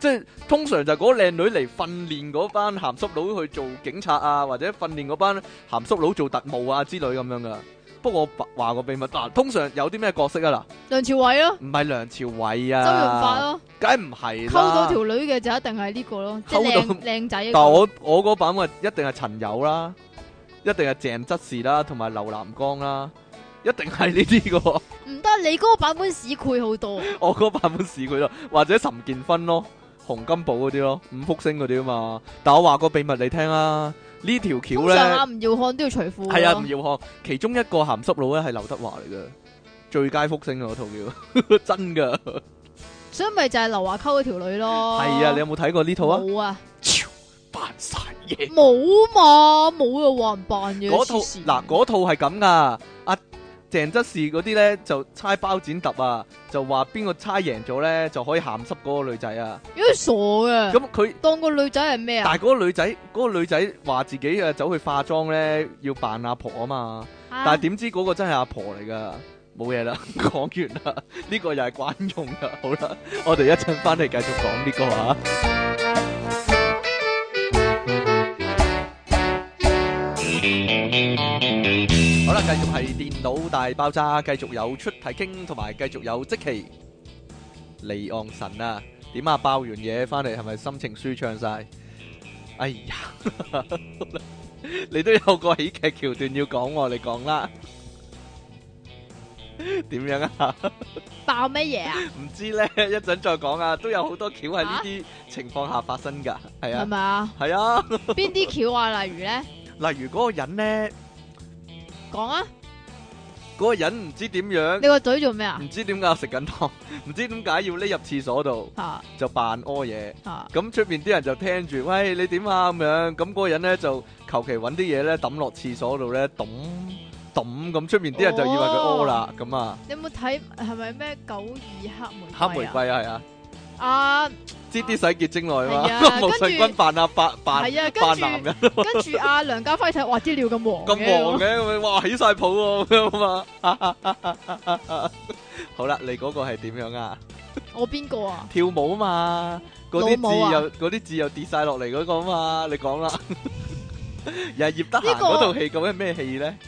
即係通常就係嗰個靚女嚟訓練嗰班鹹濕佬去做警察啊，或者訓練嗰班鹹濕佬做特務啊之類咁樣噶。不過我話個秘密，嗱、通常有啲咩角色啊？梁朝偉咯，嗱，唔係梁朝偉 周潤發啊，咯，梗係唔係啦。溝到條女嘅就一定係呢個咯，即係溝到靚靚仔嗰但個。我我嗰版啊，一定係陳友啦，一定係鄭則仕啦，同埋劉南光啦，一定係呢啲個。唔得，你嗰個版本市儈好多， 我嗰版本試佢咯，或者岑建勳咯、洪金寶嗰啲咯、五福星嗰啲啊嘛。但我話個秘密你聽啦，呢條橋通常阿啊咧吳耀漢都要除褲㗎咯。係啊，吳耀漢其中一個鹹濕佬咧係劉德華嚟嘅，最佳福星啊嗰套叫 真噶。所以咪就係劉華溝嗰條女咯。係啊，你有冇睇過呢套啊？哦冇啊，扮晒嘢冇嘛，冇又話唔扮嘢。嗰套黐線嗱，嗰套係咁噶，阿鄭則仕嗰啲咧就猜包剪揼啊，就話邊個猜贏咗咧就可以鹹濕嗰個女仔啊。有啲傻嘅。咁佢當個女仔嗯係啊咩啊？但係嗰個女仔，嗰、個女仔話自己誒走去化妝咧，要扮阿婆啊嘛。但係點知嗰個真係阿婆嚟噶，冇嘢啦， 講完啦，呢、個又係慣用噶。好啦，我哋一陣翻嚟繼續講呢個啊。好啦，繼續係電腦大爆炸，繼續有出題傾，同埋繼續有即期離岸神啊。點啊？爆完嘢翻嚟係咪心情舒暢晒？哎呀，你都有個喜劇橋段要講喎，你講啦。點樣啊？爆乜嘢啊？唔知咧，一陣再講啊，都有好多橋喺呢啲情況下發生㗎，係係啊，咪啊？係啊，邊啲橋啊？例如咧，例如嗰個人咧，講啊，嗰個人唔知點樣你，個嘴做咩啊？唔知點解食緊糖，唔知點解要匿入廁所度吓就扮屙嘢。吓咁出邊啲人就聽住，喂你點啊咁樣，咁嗰個人咧就求其揾啲嘢咧抌落廁所度咧，抌抌咁，出面啲人就以為佢屙啦，咁啊你有冇睇係咪咩九二黑玫黑玫瑰瑰啊係啊，啊？啊，擠啲洗潔精落去嘛係 啊，毛跟舜住筠扮啊扮扮係啊跟扮住男人跟住阿梁家輝睇，哇啲料咁黃咁嘅黃嘅咁樣，哇起晒泡喎咁 樣啊嘛，好啦，你嗰個係點樣啊？我邊個啊？跳舞嘛，嗰啲老母啊字又嗰啲字又跌晒落嚟嗰個嘛，你講啦。 又係葉德呢嫻個嗰套戲究竟係咩戲咧？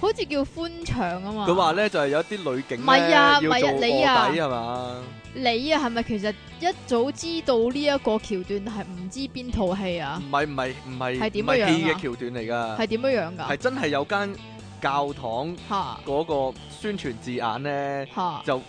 好似叫寬場啊嘛。佢話咧就係有啲女警唔咧係啊要唔做係啊卧你啊底係嘛？你啊，係咪其實一早知道呢一個橋段係唔知邊套戲啊唔？係唔係唔係係點唔係樣戲啊嘅橋段嚟㗎，係點樣樣係㗎？真係有間教堂吓嗰個宣傳字眼咧吓就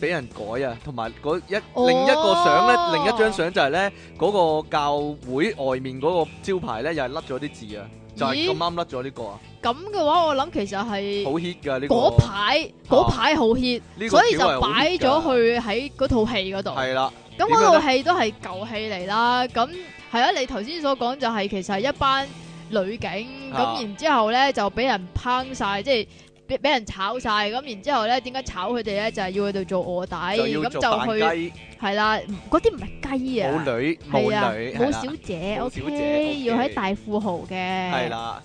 俾人改啊，同埋嗰一哦另一個相咧，另一張相就係咧嗰個教會外面嗰個招牌咧，又係甩咗啲字啊，就係咦咁啱甩咗呢個啊。咁嘅話，我諗其實係好 hit 噶呢個，嗰排嗰排好 hit，呢個所以就表係好擺 hit 㗎咗去喺嗰套戲嗰度。係啦，咁嗰套戲都係舊戲嚟啦。咁係啊，你頭先所講就係其實係一班女警，咁、啊然之後咧就俾人抨晒，即係俾俾人炒晒。咁然之後咧，點解炒佢哋咧？就係、要佢哋做卧底，就要咁做就扮去雞，係啦。嗰啲唔係雞啊，冇女冇係啊，女，冇係啦小姐冇小姐，OK，要喺大富豪嘅。係係，啦。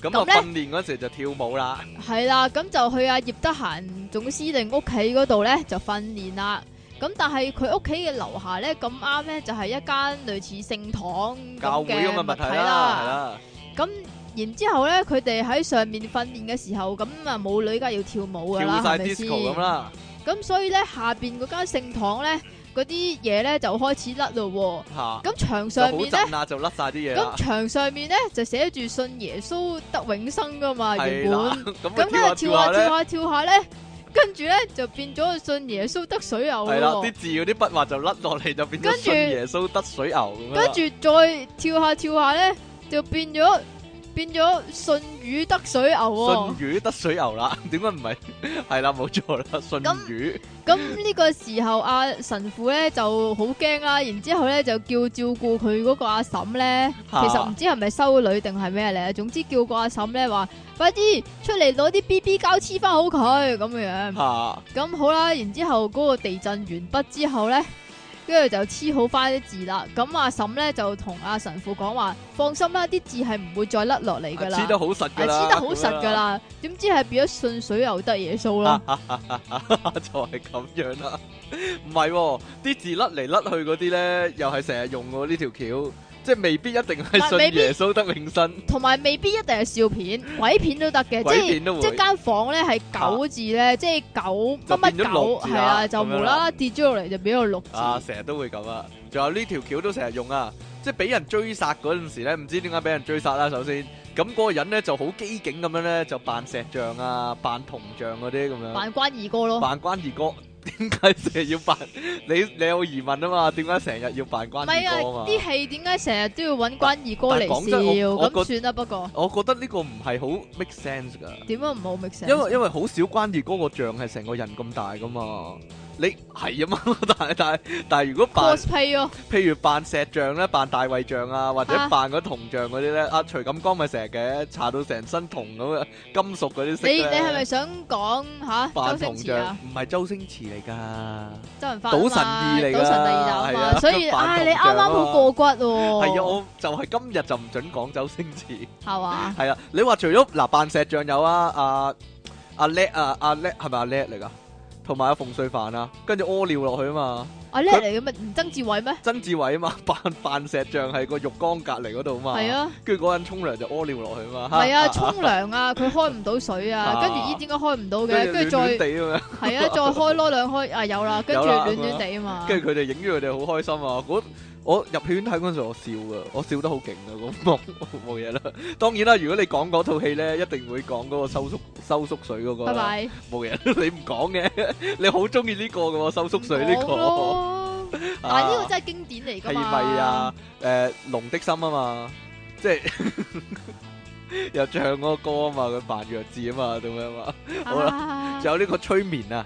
咁啊，咁呢訓練嗰時就跳舞啦，係啦，咁就去阿葉德嫻總司令屋企嗰度咧就訓練啦。咁但係佢屋企嘅樓下咧咁啱咧就係一間類似聖堂教咁會咁嘅嘅物物體體啦，係。啦，咁然之後咧，佢哋喺上面訓練嘅時候，咁啊冇女梗係要跳舞噶啦，跳係晒咪先？ disco 咁啦，咁所以咧下邊嗰間聖堂咧嗰啲嘢咧就開始甩咯嚇喎。咁牆就上好面咧。震啦，就甩晒啲嘢啦咁，牆上面咧就寫住信耶穌得永生噶嘛，原係本啦。咁咁佢跟跳下住跳跳下跳下咧，下跳下咧，跟住咧就變咗信耶穌得水牛係啦，咯啲喎。字嗰啲筆畫就甩落嚟，就變咗跟住信耶穌得水牛咁樣啦跟。住再跳下跳下咧，就變咗變咗信魚得水牛啊喎。信魚得水牛啦， 點解唔係？係啦，冇錯啦，信咁魚咁呢個時候阿神父咧就好驚啦，然之後咧就叫照顧佢嗰個阿嬸咧，其嚇實唔知係咪修女定係咩嚟，啊總之叫個阿嬸咧話快啲出嚟攞啲 B B 膠黐翻好佢咁樣。嚇，咁好啦，然之後嗰個地震完畢之後咧，跟住就黐好翻啲字啦。咁阿嬸咧就同阿神父講話：放心啦，啲字係唔會再甩落嚟噶啦，啊黐得好實㗎係啦，黐得好實咁樣噶啦。點知係變咗信水又得耶穌啊啦， 就係咁樣啦。唔係喎，啲字甩嚟甩去嗰啲咧，又係成日用喎呢條橋，即係未必一定係但未信必耶穌得永生，同埋未必一定係笑片、鬼片都得嘅，鬼即係片都會啊即係間房咧係九字咧，即係九就乜乜變咗六九，字係啦啊，就咁樣啦無啦啦跌咗落嚟就變咗六字，啊，成日都會咁啊。仲有呢條橋都成日用啊，即係俾人追殺嗰陣時咧，唔知點解俾人追殺啦。首先，咁嗰個人咧就好機警咁樣咧，就扮石像啊，扮銅像嗰啲咁樣。扮關二哥咯。扮關二哥， 點解成日要扮？你你有疑問啊嘛？點解成日要扮關唔係二哥啊啊，嘛？啊啲戲點解成日都要揾關二哥但但講嚟真笑？我我咁算啦，不過我覺得呢個唔係好 make sense 噶，點都唔好 mix 因為因為好少關二哥個像係成個人咁大噶嘛。你係啊嘛， 但係但係但係如果扮 cosplay 咯。譬如扮石像咧，扮大衛像啊，或者啊扮嗰銅像嗰啲咧，阿、徐錦江咪成日嘅，搽到成身銅咁嘅金屬嗰啲色你你係咪咧想講吓扮周星銅馳像啊？？唔係周星馳嚟㗎。周潤發啊嘛賭神二嚟㗎賭神第二集係啊啊嘛，所以扮唉，銅你啱啱像啊嘛好過骨喎。係啊，我就係今日就唔准講周星馳。係嘛？係啊，你話除咗嗱扮石像有啊，阿阿叻啊，阿叻係咪阿叻嚟噶？同埋阿馮瑞凡啊，跟住屙尿落去啊嘛， 啊叻嚟嘅咩？唔曾志偉咩？曾志偉啊嘛，扮扮石像喺個浴缸隔離嗰度嘛，係，啊，跟住嗰人沖涼就屙尿落去嘛，係啊，沖涼啊，佢開唔到水啊，啊跟住咦點解開唔到嘅？跟跟住住暖暖再地咁樣，係啊，再開咯兩開啊有啦，跟住有啦暖暖地啊嘛，跟住佢哋影咗佢哋好開心啊！嗰我入戲院睇嗰陣時，我笑噶，我笑得好勁啊！咁冇 冇嘢啦。當然啦，如果你講嗰套戲咧，一定會講嗰個收縮收縮水嗰個拜啦。 拜。冇嘢，你唔講嘅，你好中意呢個嘅喎，收縮水呢唔講 個，咯但係啊呢個真係經典嚟㗎係嘛？咪啊？誒，龍的心啊嘛，即係 又唱嗰個歌啊嘛，佢扮弱智啊嘛，咁樣嘛，好啦啊？仲有呢個催眠啊，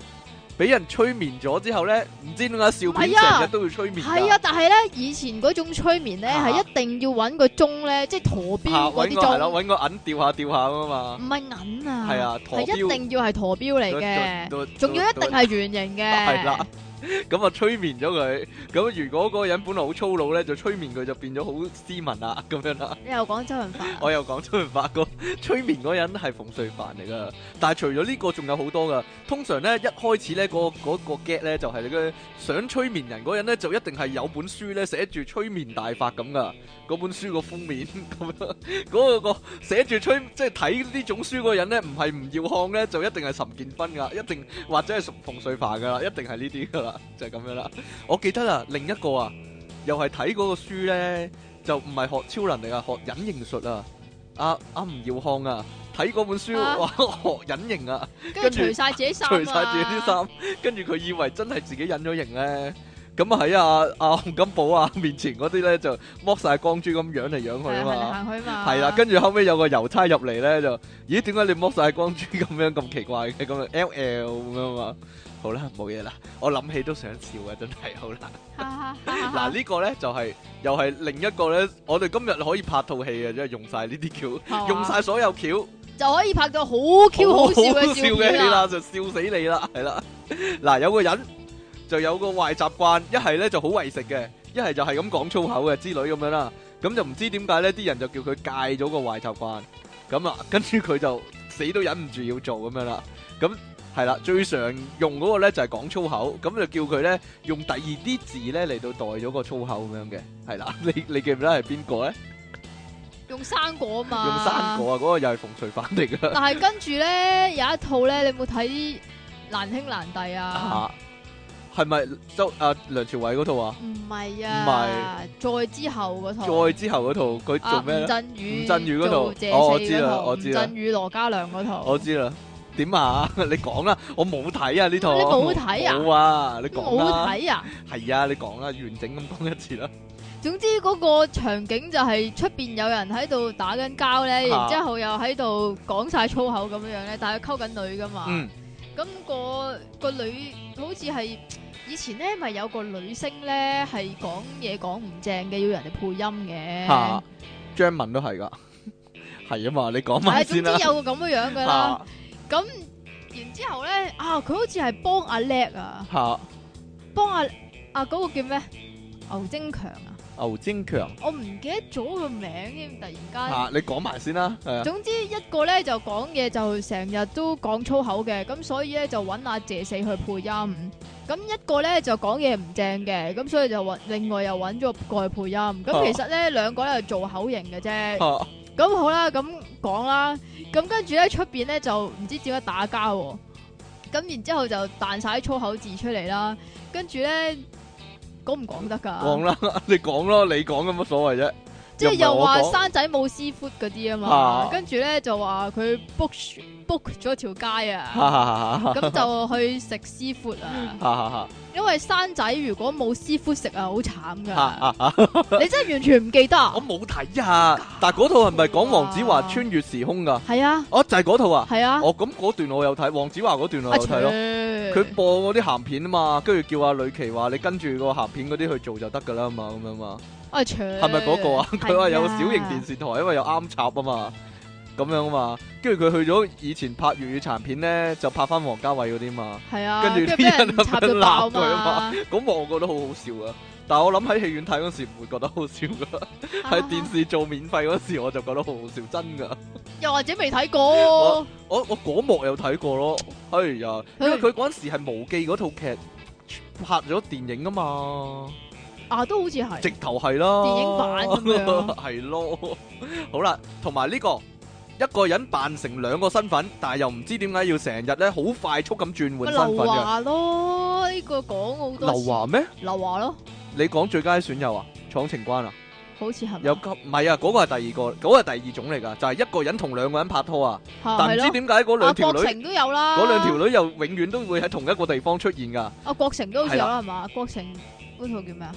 俾人催眠咗之後咧，唔知點解笑片係啊成日都會催眠㗎，係啊，但係咧，以前嗰種催眠咧，啊係一定要揾個鐘咧，即係陀錶嚇，嗰揾啲個係鐘，咯，揾個銀掉下掉下咁啊嘛，唔係銀啊，係，啊，陀係錶一定要係陀錶嚟嘅，都，仲要一定係。係圓形嘅，係啦，咁啊催眠咗佢，咁如果嗰個人本來好粗魯咧，就催眠佢就變咗好斯文啦，咁樣啦。你又講周潤發啊，我又講周潤發個催眠嗰人係馮淬帆嚟噶，但係除咗呢個仲有好多噶。通常咧一開始咧嗰嗰個 get 咧就係你嘅想催眠人嗰人咧就一定係有本書咧寫住催眠大法咁噶，嗰本書個封面咁樣，嗰個個寫住催即係睇呢種書嗰個人咧唔係吳耀漢咧就一定係岑建勳噶，一定或者係馮淬帆噶啦，一定係呢啲噶啦，就係、咁樣啦。我記得啦，另一個啊，又係睇嗰個書咧。就唔係學超能力啊，學隱形術啊！阿阿吳耀漢啊，睇嗰本書啊話 學隱 形啊，跟跟住住除晒自己衫，啊除晒自己啲，衫，跟住佢以為真係自己隱咗形咧。咁啊喺阿阿洪金寶啊面前嗰啲咧就剝晒光珠咁樣嚟樣去係啊啊嘛。行嚟行去嘛，係啦，跟住後尾有個郵差入嚟咧就，咦？點解你剝晒光珠咁樣咁奇怪嘅咁樣 L L 咁樣嘛？好啦，冇嘢啦，我諗起都想笑啊，真係好啦。哈哈哈哈嗱呢個咧就係又係另一個咧，我哋今日可以拍套戲嘅，即係用晒呢啲係嘛橋，用晒所有橋，啊就可以拍到好 Q 好笑嘅笑嘅戲片啦啦，，就笑死你啦，係啦。嗱有個人就有個壞習慣，一係咧就好為食嘅，一係就係咁講粗口嘅之類咁樣啦。咁就唔知點解咧，啲人就叫佢戒咗個壞習慣，咁啊，跟住佢就死都忍唔住要做咁樣啦。咁係啦，最常用嗰個咧就係講粗口，咁就叫佢咧用第二啲字咧嚟到代咗個粗口咁樣嘅，係啦。你你記唔記得係邊個咧？用生果嘛，用生。果啊，嗰、個又係馮淬帆嚟噶。但係跟住咧有一套咧，你有冇睇難兄難弟啊？啊，係咪周啊梁朝偉嗰套啊？唔係啊，再之後嗰套，再之後嗰套佢哦啊做咩吳咧？鎮宇，吳鎮宇嗰套做謝哦我四知嗰啦套我知吳啦鎮宇、羅嘉良嗰套，我知啦，點啊？ 你講啦，我冇睇啊呢套。你冇睇啊冇啊，你講我啦。睇啊。係啊，你講啦，完整咁講一次啦。總之嗰個場景就係出邊有人喺度打緊交咧，啊然之後又喺度講晒粗口咁樣樣咧，但係佢溝緊女噶嘛。嗯，咁、個個女好似係以前咧，咪有個女星咧係講嘢講唔正嘅，要人哋配音嘅。嚇，張文都係噶， 係啊嘛，你講係埋總先之啦。有個咁樣樣嘅啦。嚇咁然之後咧，啊佢好似係幫阿叻啊，嚇，幫阿啊嗰、個叫咩牛精強啊，牛精強我唔記得咗個名添，突然間。嚇，你講埋先啦。係啊，總之一個咧就講嘢就成日都講粗口嘅，咁所以咧就揾阿謝四去配音。咁一個咧就講嘢唔正嘅，咁所以就揾另外又揾咗個去配音。咁其實咧兩個咧就做口型嘅啫。嚇咁好啦，咁講啦，咁跟住咧出邊咧就唔知點解打交喎。咁然之後就彈晒啲粗口字出嚟啦，跟住咧講唔講得講㗎？啦， 你講咯，你講有乜所謂啫？即係又又唔係我話講生仔冇師傅嗰啲啊嘛啊，跟住咧就話佢 book book 咗條街哈啊，哈哈哈咁就去食師傅啊，哈哈因為生仔如果冇師傅食啊，好慘哈噶，哈哈哈。你真係完全唔記得啊我？冇睇啊，但係嗰套係咪講黃子華穿越時空噶？係啊，哦，就係嗰套啊！係啊，哦，咁嗰段我有睇，黃子華嗰段我阿有睇咯。佢佢播嗰啲鹹片啊嘛，跟住叫阿呂奇話你跟住個鹹片嗰啲去做就得噶啦嘛，咁樣嘛，阿長係咪嗰個啊？佢話有小型電視，視台，因為有啱插啊嘛，咁樣啊嘛，跟住佢去咗以前拍粵語殘片咧，就拍翻王家衞嗰啲嘛，係啊，跟跟住住啲俾人人插到爆鬧佢啊嘛，咁我覺得好好笑啊！但係我諗喺戲院睇嗰時唔會覺得好笑噶，喺電視做免費嗰時我就覺得好好笑，真噶。又或者未睇過，我我嗰幕有睇過咯，哎呀，因為佢嗰陣時係無記嗰套劇拍咗電影啊嘛，啊，都好似係直頭係啦，電影版咁樣 係咯。好啦，同埋呢個一個人扮成兩個身份，但係又唔知點解要成日咧好快速咁轉咪換身劉份嘅。華咯，呢個講好多劉次，華咩？劉華咯，你講最佳選友啊？闖情關啊？好似係咪有急唔係啊？嗰、個係第二個，嗰、個係第二種嚟㗎，就係、一個人同兩個人拍拖啊，嚇但係唔知咯，點解嗰阿兩條郭女。成都有啦，嗰兩條女又永遠都會喺同一個地方出現㗎，阿郭成都好似有係啦，係嘛？郭成嗰套叫咩啊？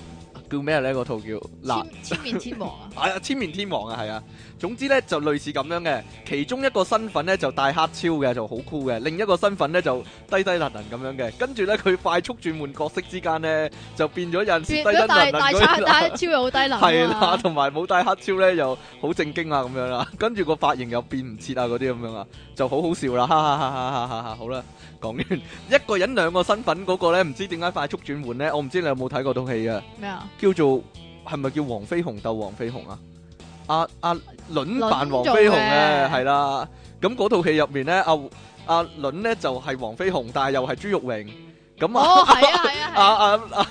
叫咩呢？嗰套叫嗱。，千千面天王啊係啊，千面天王啊，係啊。總之咧就類似咁樣嘅，其中一個身份咧就戴黑超嘅，就好酷嘅；另一個身份咧就低低能能咁樣嘅。跟住咧佢快速轉換角色之間咧，就 變咗有陣時 低低變能咗大能大嗰差啲大啦。超又好低能係啊啦，嘛，同埋冇戴黑超咧又好正經啊咁樣啦，跟住個髮型又變唔切啊嗰啲咁樣啊，就好好笑啦，哈哈哈哈哈哈哈！好啦，講完一個人兩個身份嗰個咧，唔知點解快速轉換咧，我唔知你有冇睇過套戲啊？咩啊？叫做係咪叫黃飛鴻鬥黃飛鴻啊？阿阿倫倫扮黃飛鴻做咧嘅，係啦。咁嗰套戲入面咧，阿阿倫咧就係黃飛鴻，但係又係朱玉榮。咁啊，哦，係啊，係啊，係 阿啊，阿阿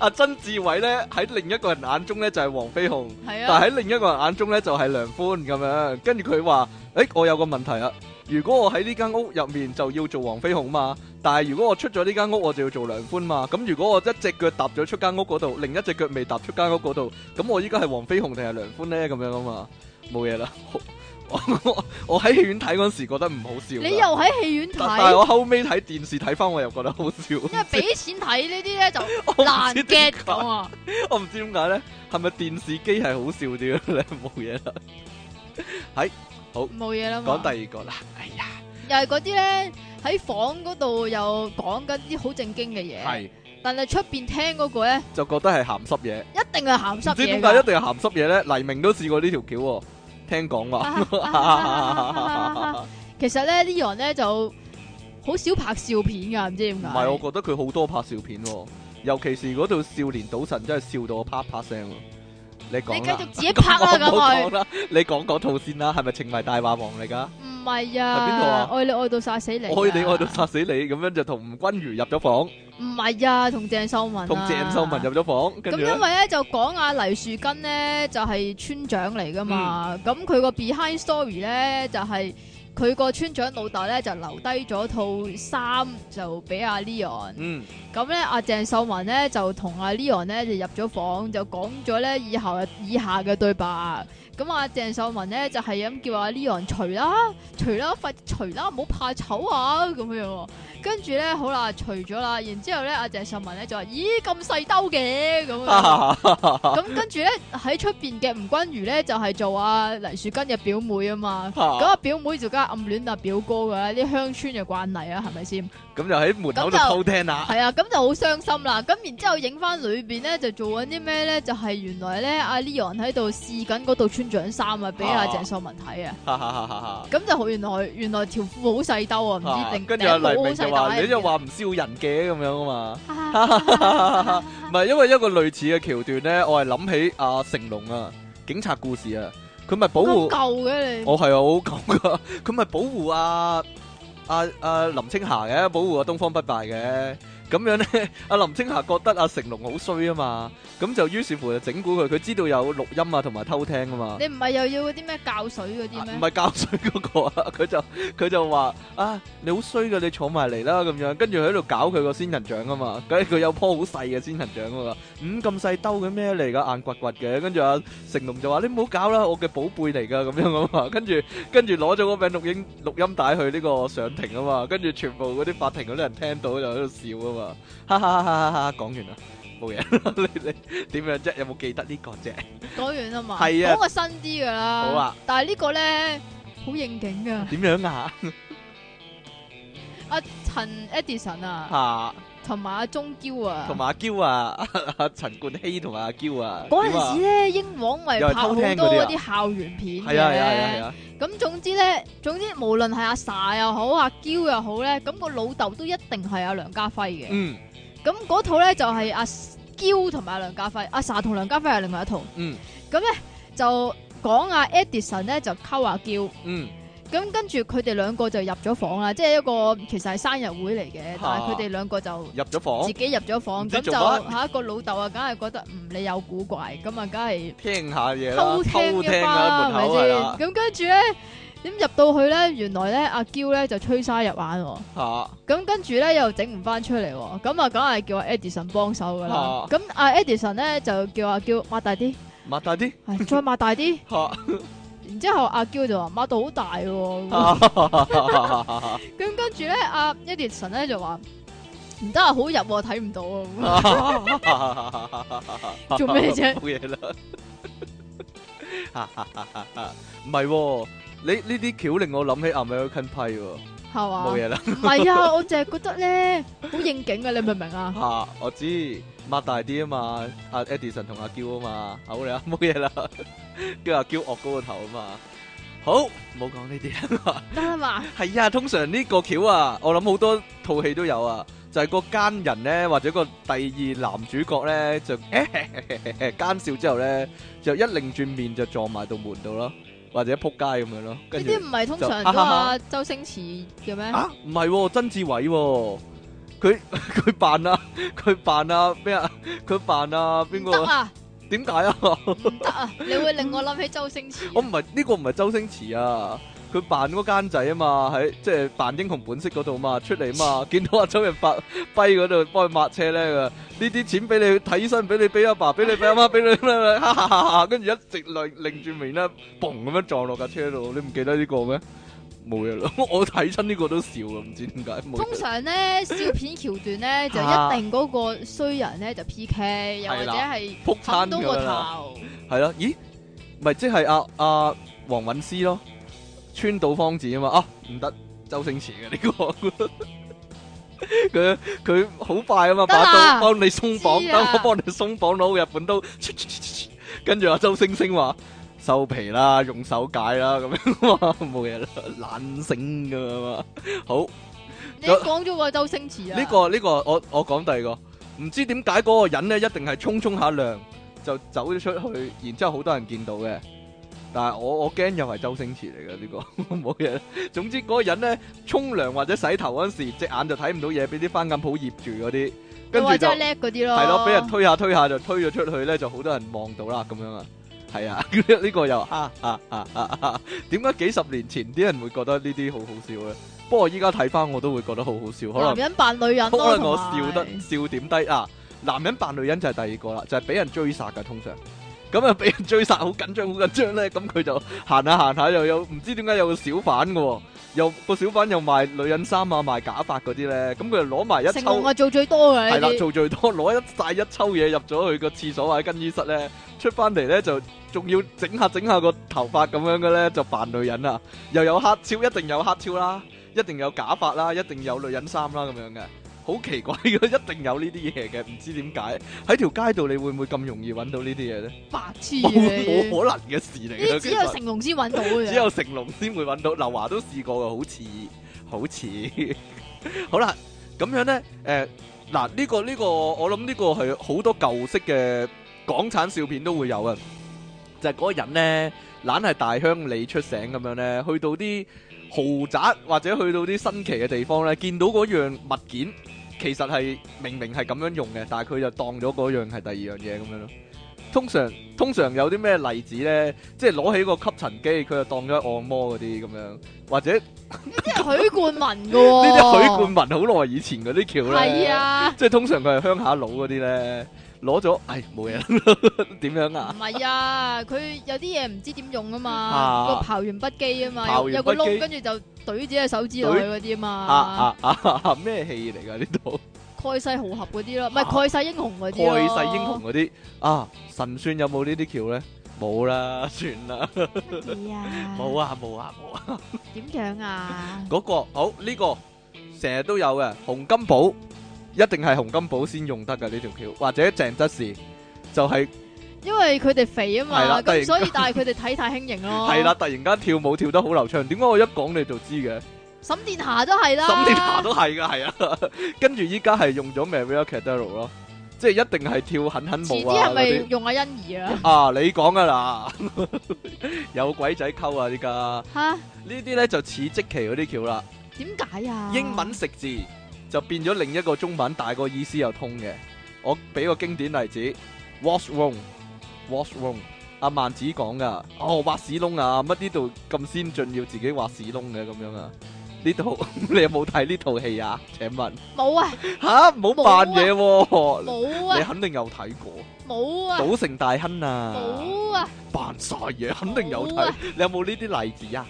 阿曾志偉咧喺另一個人眼中咧就係黃飛鴻，係 但啊，係喺另一個人眼中咧就係梁寬咁樣。跟住佢話：，誒，我有個問題啊！如果我喺呢間屋入面就要做黃飛鴻嘛，但係如果我出咗呢間屋我就要做梁寬嘛。咁如果我一隻腳踏咗出間屋嗰度，另一隻腳未踏出間屋嗰度，咁我依家係黃飛鴻定係梁寬呢？咁樣啊嘛，冇嘢啦。 我我我喺戲院睇嗰時覺得唔好笑㗎，啊你又喺戲院但但係睇，我後尾睇電視睇翻我又覺得好笑。因為俾錢睇呢啲咧就 我唔難知 get 點咁解，啊，我唔知點解咧，係咪電視機係好笑啲咧？ 冇嘢啦，冇嘢啦嘛。講第二個啦。哎呀，又係嗰啲咧喺房嗰度又講緊啲好正經嘅嘢，係但係出邊聽嗰個咧就覺得係鹹濕嘢。一定係鹹濕唔知嘢點解一㗎。定係鹹濕嘢咧？黎明都試過呢條橋喎，聽講話。 其實咧呢樣咧就好少拍笑片㗎，唔知點 唔解。係，我覺得佢好多拍笑片喎，尤其是嗰套《少年賭神》，真係笑到我啪啪聲喎。你講啦你繼續自己拍 啦咁我唔好佢講啦，你講嗰套先啦，係咪《情迷大話王》嚟㗎？唔係係邊套啊啊，愛你愛到殺死你，愛你愛到，殺死你，咁樣就同吳君如入咗房，唔係啊，同鄭秀文啊，同鄭秀文入咗房，跟咁住因咧為咧就講阿黎樹根咧就係、村長嚟噶嘛，咁佢個 behind story 咧就係佢個村長老豆咧就留低咗套衫就俾阿 Leon，嗯，咁咧阿鄭秀文咧就同阿 Leon 咧就入咗房就講咗咧以後以下嘅對白，啊咁阿鄭秀文咧就係咁叫阿 Leon 除啦除啦快啲除啦唔好怕醜啊咁樣喎，跟住咧好啦除咗啦，然之後咧阿鄭秀文咧就話咦咁細兜嘅 咁樣。咁跟住咧喺出邊嘅吳君如咧就係、做阿黎樹根嘅表妹啊嘛，咁阿表妹就梗係暗戀阿表哥噶啦，啲鄉村嘅慣例啊，係咪先？咁就喺門咁口度就偷聽啦。 係啊，咁就好傷心啦。咁然之後影翻裏邊咧就做緊啲咩咧？就係、原來咧阿 Leon 喺度試緊嗰度村長衫啊，俾阿啊鄭秀文睇啊。哈哈哈哈哈咁就好原來原來條褲好細兜啊，唔知啊定跟住定阿係黎好明就細話：帶你又話唔笑人嘅咁樣啊嘛。啊唔係，因為一個類似嘅橋段咧，我係諗起阿成龍啊，警察故事啊，佢咪保咁護舊嘅你。我係啊， 好舊噶，佢咪保護阿阿阿林青霞嘅，保護阿東方不敗嘅。咁樣咧， 阿林青霞覺得阿成龍好衰啊嘛，咁就於是乎就整蠱佢，佢知道有錄音啊同埋偷聽啊嘛。你唔係又要嗰啲咩教水嗰啲啊唔咩？係教水嗰個啊，佢就佢就話啊，你好衰噶，你坐埋嚟啦咁樣，跟住喺度搞佢個仙人掌啊嘛，跟住佢有棵好細嘅仙人掌啊嘛，咁咁細兜嘅咩嚟噶，硬掘掘嘅，跟住阿成龍就話你唔好搞啦，我嘅寶貝嚟噶咁樣啊嘛，跟住跟住攞咗嗰柄錄音錄音帶去呢個上庭啊嘛，跟住全部嗰啲法庭嗰啲人聽到就喺度笑啊嘛，哈哈哈哈哈哈，講完啦，冇嘢 啦，你你點樣啫？有冇記得呢個啫？講完啊嘛，係啊講個新啲噶啦。好啊，但係呢個咧好應景噶。點樣啊？阿陳 Edison 啊，嚇！同埋阿鐘嬌啊，同埋阿嬌啊， 阿陳冠希同埋阿嬌啊，嗰點陣啊時咧，英皇咪又係拍好偷多聽嗰啲啊嗰啲校園片係啊係啊係嘅。啊咁總之咧，總之無論係阿 Sa 又好，阿嬌又好咧，咁個老豆都一定係阿梁家輝嘅。嗯咁嗰套咧就係阿嬌同埋阿梁家輝，阿 Sa 同梁家輝係另外一套。嗯咁咧就講阿 Edison 咧就溝阿嬌。嗯，咁跟住佢哋兩個就入咗房啦，即係一個其實係生日會嚟嘅，但係佢哋兩個就。入咗房自己入咗哦唔房，知咁就做乜吓個老豆啊，梗係覺得嗯你有古怪，咁啊梗係聽下嘢啦，偷偷聽聽嘅嘛，啦，門係口係啦咪先？咁跟住咧，點入到去咧？原來咧阿嬌咧就吹沙入眼喎，嚇咁跟住咧又整唔翻出嚟喎，咁啊梗係叫阿 Edison 幫手噶啦啊。咁阿 Edison 咧就叫阿嬌擘大啲， 擘大啲唉再擘大啲，嚇然之後阿嬌就話擘到好大喎。咁咁跟住咧，阿 Edison 咧就話唔得啊，好入喎，睇唔到啊 咁，做咩啫？ 冇嘢啦。唔係喎，你呢啲橋令我諗起 American Pie 喎，係嘛？冇嘢啦。唔係啊，我淨係覺得咧好應景啊，你明唔明啊？嚇，我知擘大啲啊嘛，阿 Edison 同阿嬌啊 嘛，好啦，冇嘢啦，叫阿嬌惡高個頭啊嘛。好，冇講呢啲 啦。得啦嘛，系啊，通常呢個橋啊，我諗好多套戲都有啊，就係個奸人咧，或者個第二男主角咧，就 奸笑之後咧，就一擰轉面就撞埋到門度咯，或者扑街咁樣咯，呢跟住啲唔係通常就都阿周星馳嘅咩？啊，唔係喎，曾志偉喎，佢 佢扮啊，佢扮啊咩啊，佢扮啊邊唔得個？啊，點解啊？ 唔得啊！你會令我諗起周星我馳。唔係呢個唔係周星馳啊，佢扮嗰奸仔啊嘛，喺即係扮英雄本色嗰度嘛，出嚟嘛，見到阿周潤發跛嗰度幫佢抹車咧，佢話呢啲錢俾你睇醫生，俾你俾阿爸，俾你俾阿媽，俾你 啦，哈哈哈哈跟住一直擰擰住面咧，嘣咁樣撞落架車度，你唔記得呢個咩？冇嘢啦， 我睇親呢個都笑啊，唔知點解冇嘢通啦。常咧笑片橋段咧就啊一定嗰個衰人咧就 P K，又或係者啦係撲冚餐到㗎個啦，頭，係啦，咦？咪即係阿阿黃韻詩咯，川島芳子啊嘛，啊唔得，周星馳嘅呢個， 佢佢好快啊得嘛，把啦刀幫你鬆綁，知等啊我幫你鬆綁攞日本刀， 跟住阿周星星話收皮啦，用手解啦咁樣 嘛，冇嘢啦，懶醒噶嘛，好。你講咗個周星馳啊？呢個呢個，我我講第二個，唔知點解嗰個人咧一定係沖沖下涼就走咗出去，然之後好多人見到嘅。但係我我驚又係周星馳嚟嘅呢個 冇嘢啦。總之嗰個人咧沖涼或者洗頭嗰陣時，隻眼就睇唔到嘢，俾啲番梘泡醃住嗰啲，又跟住或就者係叻嗰啲咯，係咯，俾人推下推下就推咗出去咧，就好多人望到啦咁樣啊。係啊， 呢個又啊啊啊啊啊！點解幾十年前啲人會覺得呢啲好好笑咧？不過依家睇翻我都會覺得好好笑，可能男。人扮女人可咯，能我同笑埋得笑點低啊！男人扮女人就係第二個啦，就係、俾人追殺噶通常。咁啊，俾人追殺好緊張，好緊張咧，咁佢就行下行下又有唔知點解有個小販嘅喎，又個小販又賣女人衫啊，賣假髮嗰啲咧，咁佢就攞埋一成抽龍。啊做最多嘅係呢啦，啲，做最多攞一晒一抽嘢入咗去個廁所或者更衣室咧，出翻嚟咧就仲要整下整下個頭髮咁樣嘅咧，就扮女人啊！又有黑超，一定有黑超啦，一定有假髮啦，一定有女人衫啦咁樣嘅，好奇怪嘅， 一定有呢啲嘢嘅，唔知點解喺條街度你會唔會咁容易揾到呢啲嘢咧？白痴冇 嘅。冇可能嘅事嚟呢啲只嘅，其有實成龍先揾到嘅啫。只有成龍先會揾到，劉華都試過嘅，好似 好似 好啦，咁樣呢，誒、嗱呢、個呢、個我諗呢個係好多舊式嘅港產笑片都會有嘅，啊就係、嗰個人呢，懶係大鄉里出醒咁樣呢，去到啲豪宅或者去到啲新奇嘅地方呢，見到嗰樣物件其實係明明係咁樣用嘅，但係佢就當咗嗰樣係第二樣嘢咁樣咯。通常通常有啲咩例子呢？即係攞起個吸塵機，佢就當咗按摩嗰啲咁樣，或者呢即係許冠文嘅喎，啲許冠文好耐以前嗰啲橋咧，哦係啊，即係通常佢係鄉下佬嗰啲咧，攞咗，唉冇嘢啦， 點樣啊唔？係啊，佢有啲嘢唔知點用啊嘛，啊個刨完筆機啊嘛，刨有完有個筆機窿，跟住就懟自己隻手指落去嗰啲啊嘛，啊啊啊！咩戲嚟㗎呢度？蓋世豪俠嗰啲咯，唔係啊蓋世英雄嗰啲咯蓋世 英雄嗰啲啊，神算有冇呢啲橋咧？冇啦， 算啦，乜嘢啊？冇啊冇啊冇啊！點樣啊？嗰個好呢個成日都有嘅，洪金寶一定係洪金寶先用得㗎呢條橋，或者鄭則仕就係。因為佢哋肥啊係嘛，啦突然咁所以但係佢哋體態輕盈咯。 係啦，，突然間跳舞跳得好流暢，點解我一講你就知嘅？沈殿霞都係啦，啊 沈殿霞都係噶，係啊。跟住依家係用咗 Maria Cordero 咯，即係一定係跳狠狠遲舞啲係啊嗰咪啲。用阿欣怡啊？啊，你講噶啦， 有鬼仔溝啊！依家呢吓，啲咧就似即期嗰啲橋啦，點解啊？英文食字就變咗另一個中文，但係個意思又通嘅。我俾個經典例子，what's wrong，what's wrong，阿萬子講噶，哦挖屎窿啊，乜呢度咁先進要自己挖屎窿嘅咁樣啊？呢套 你有冇睇呢套戲啊？請 問冇啊，吓，唔好扮嘢喎，冇你啊，肯定有睇過冇《啊，賭城大亨》啊。冇啊，扮晒嘢，肯定有好睇啊。你有冇呢啲例子啊？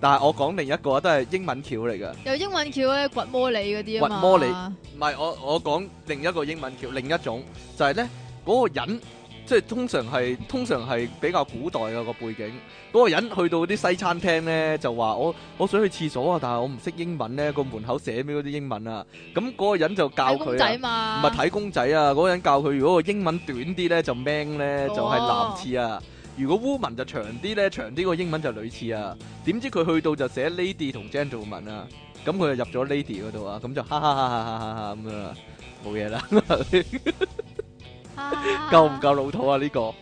但係我講另一個啊都係英文橋嚟噶，有英文叫咧掘魔理嗰啲啊嘛。掘魔理唔係我我講另一個英文橋，另一種就係呢嗰、個人，即係通常係通常係比較古代嘅個背景。嗰、個人去到啲西餐廳呢，就話我我想去廁所啊，但係我唔識英文呢，個門口寫咩嗰啲英文啊，咁、嗰個人就教睇佢公啊仔。嘛。唔係睇公仔啊！嗰個人教佢，如果個英文短啲咧就 man 咧，哦就係男廁啊；如果 woman 就長啲咧，長啲個英文就女廁啊。點知佢去到就寫 lady 同 gentleman 啊，咁佢就入咗 lady 嗰度啊，咁就哈哈哈哈哈哈哈咁樣啦，冇嘢啦，啊夠唔？夠老土啊？呢個唔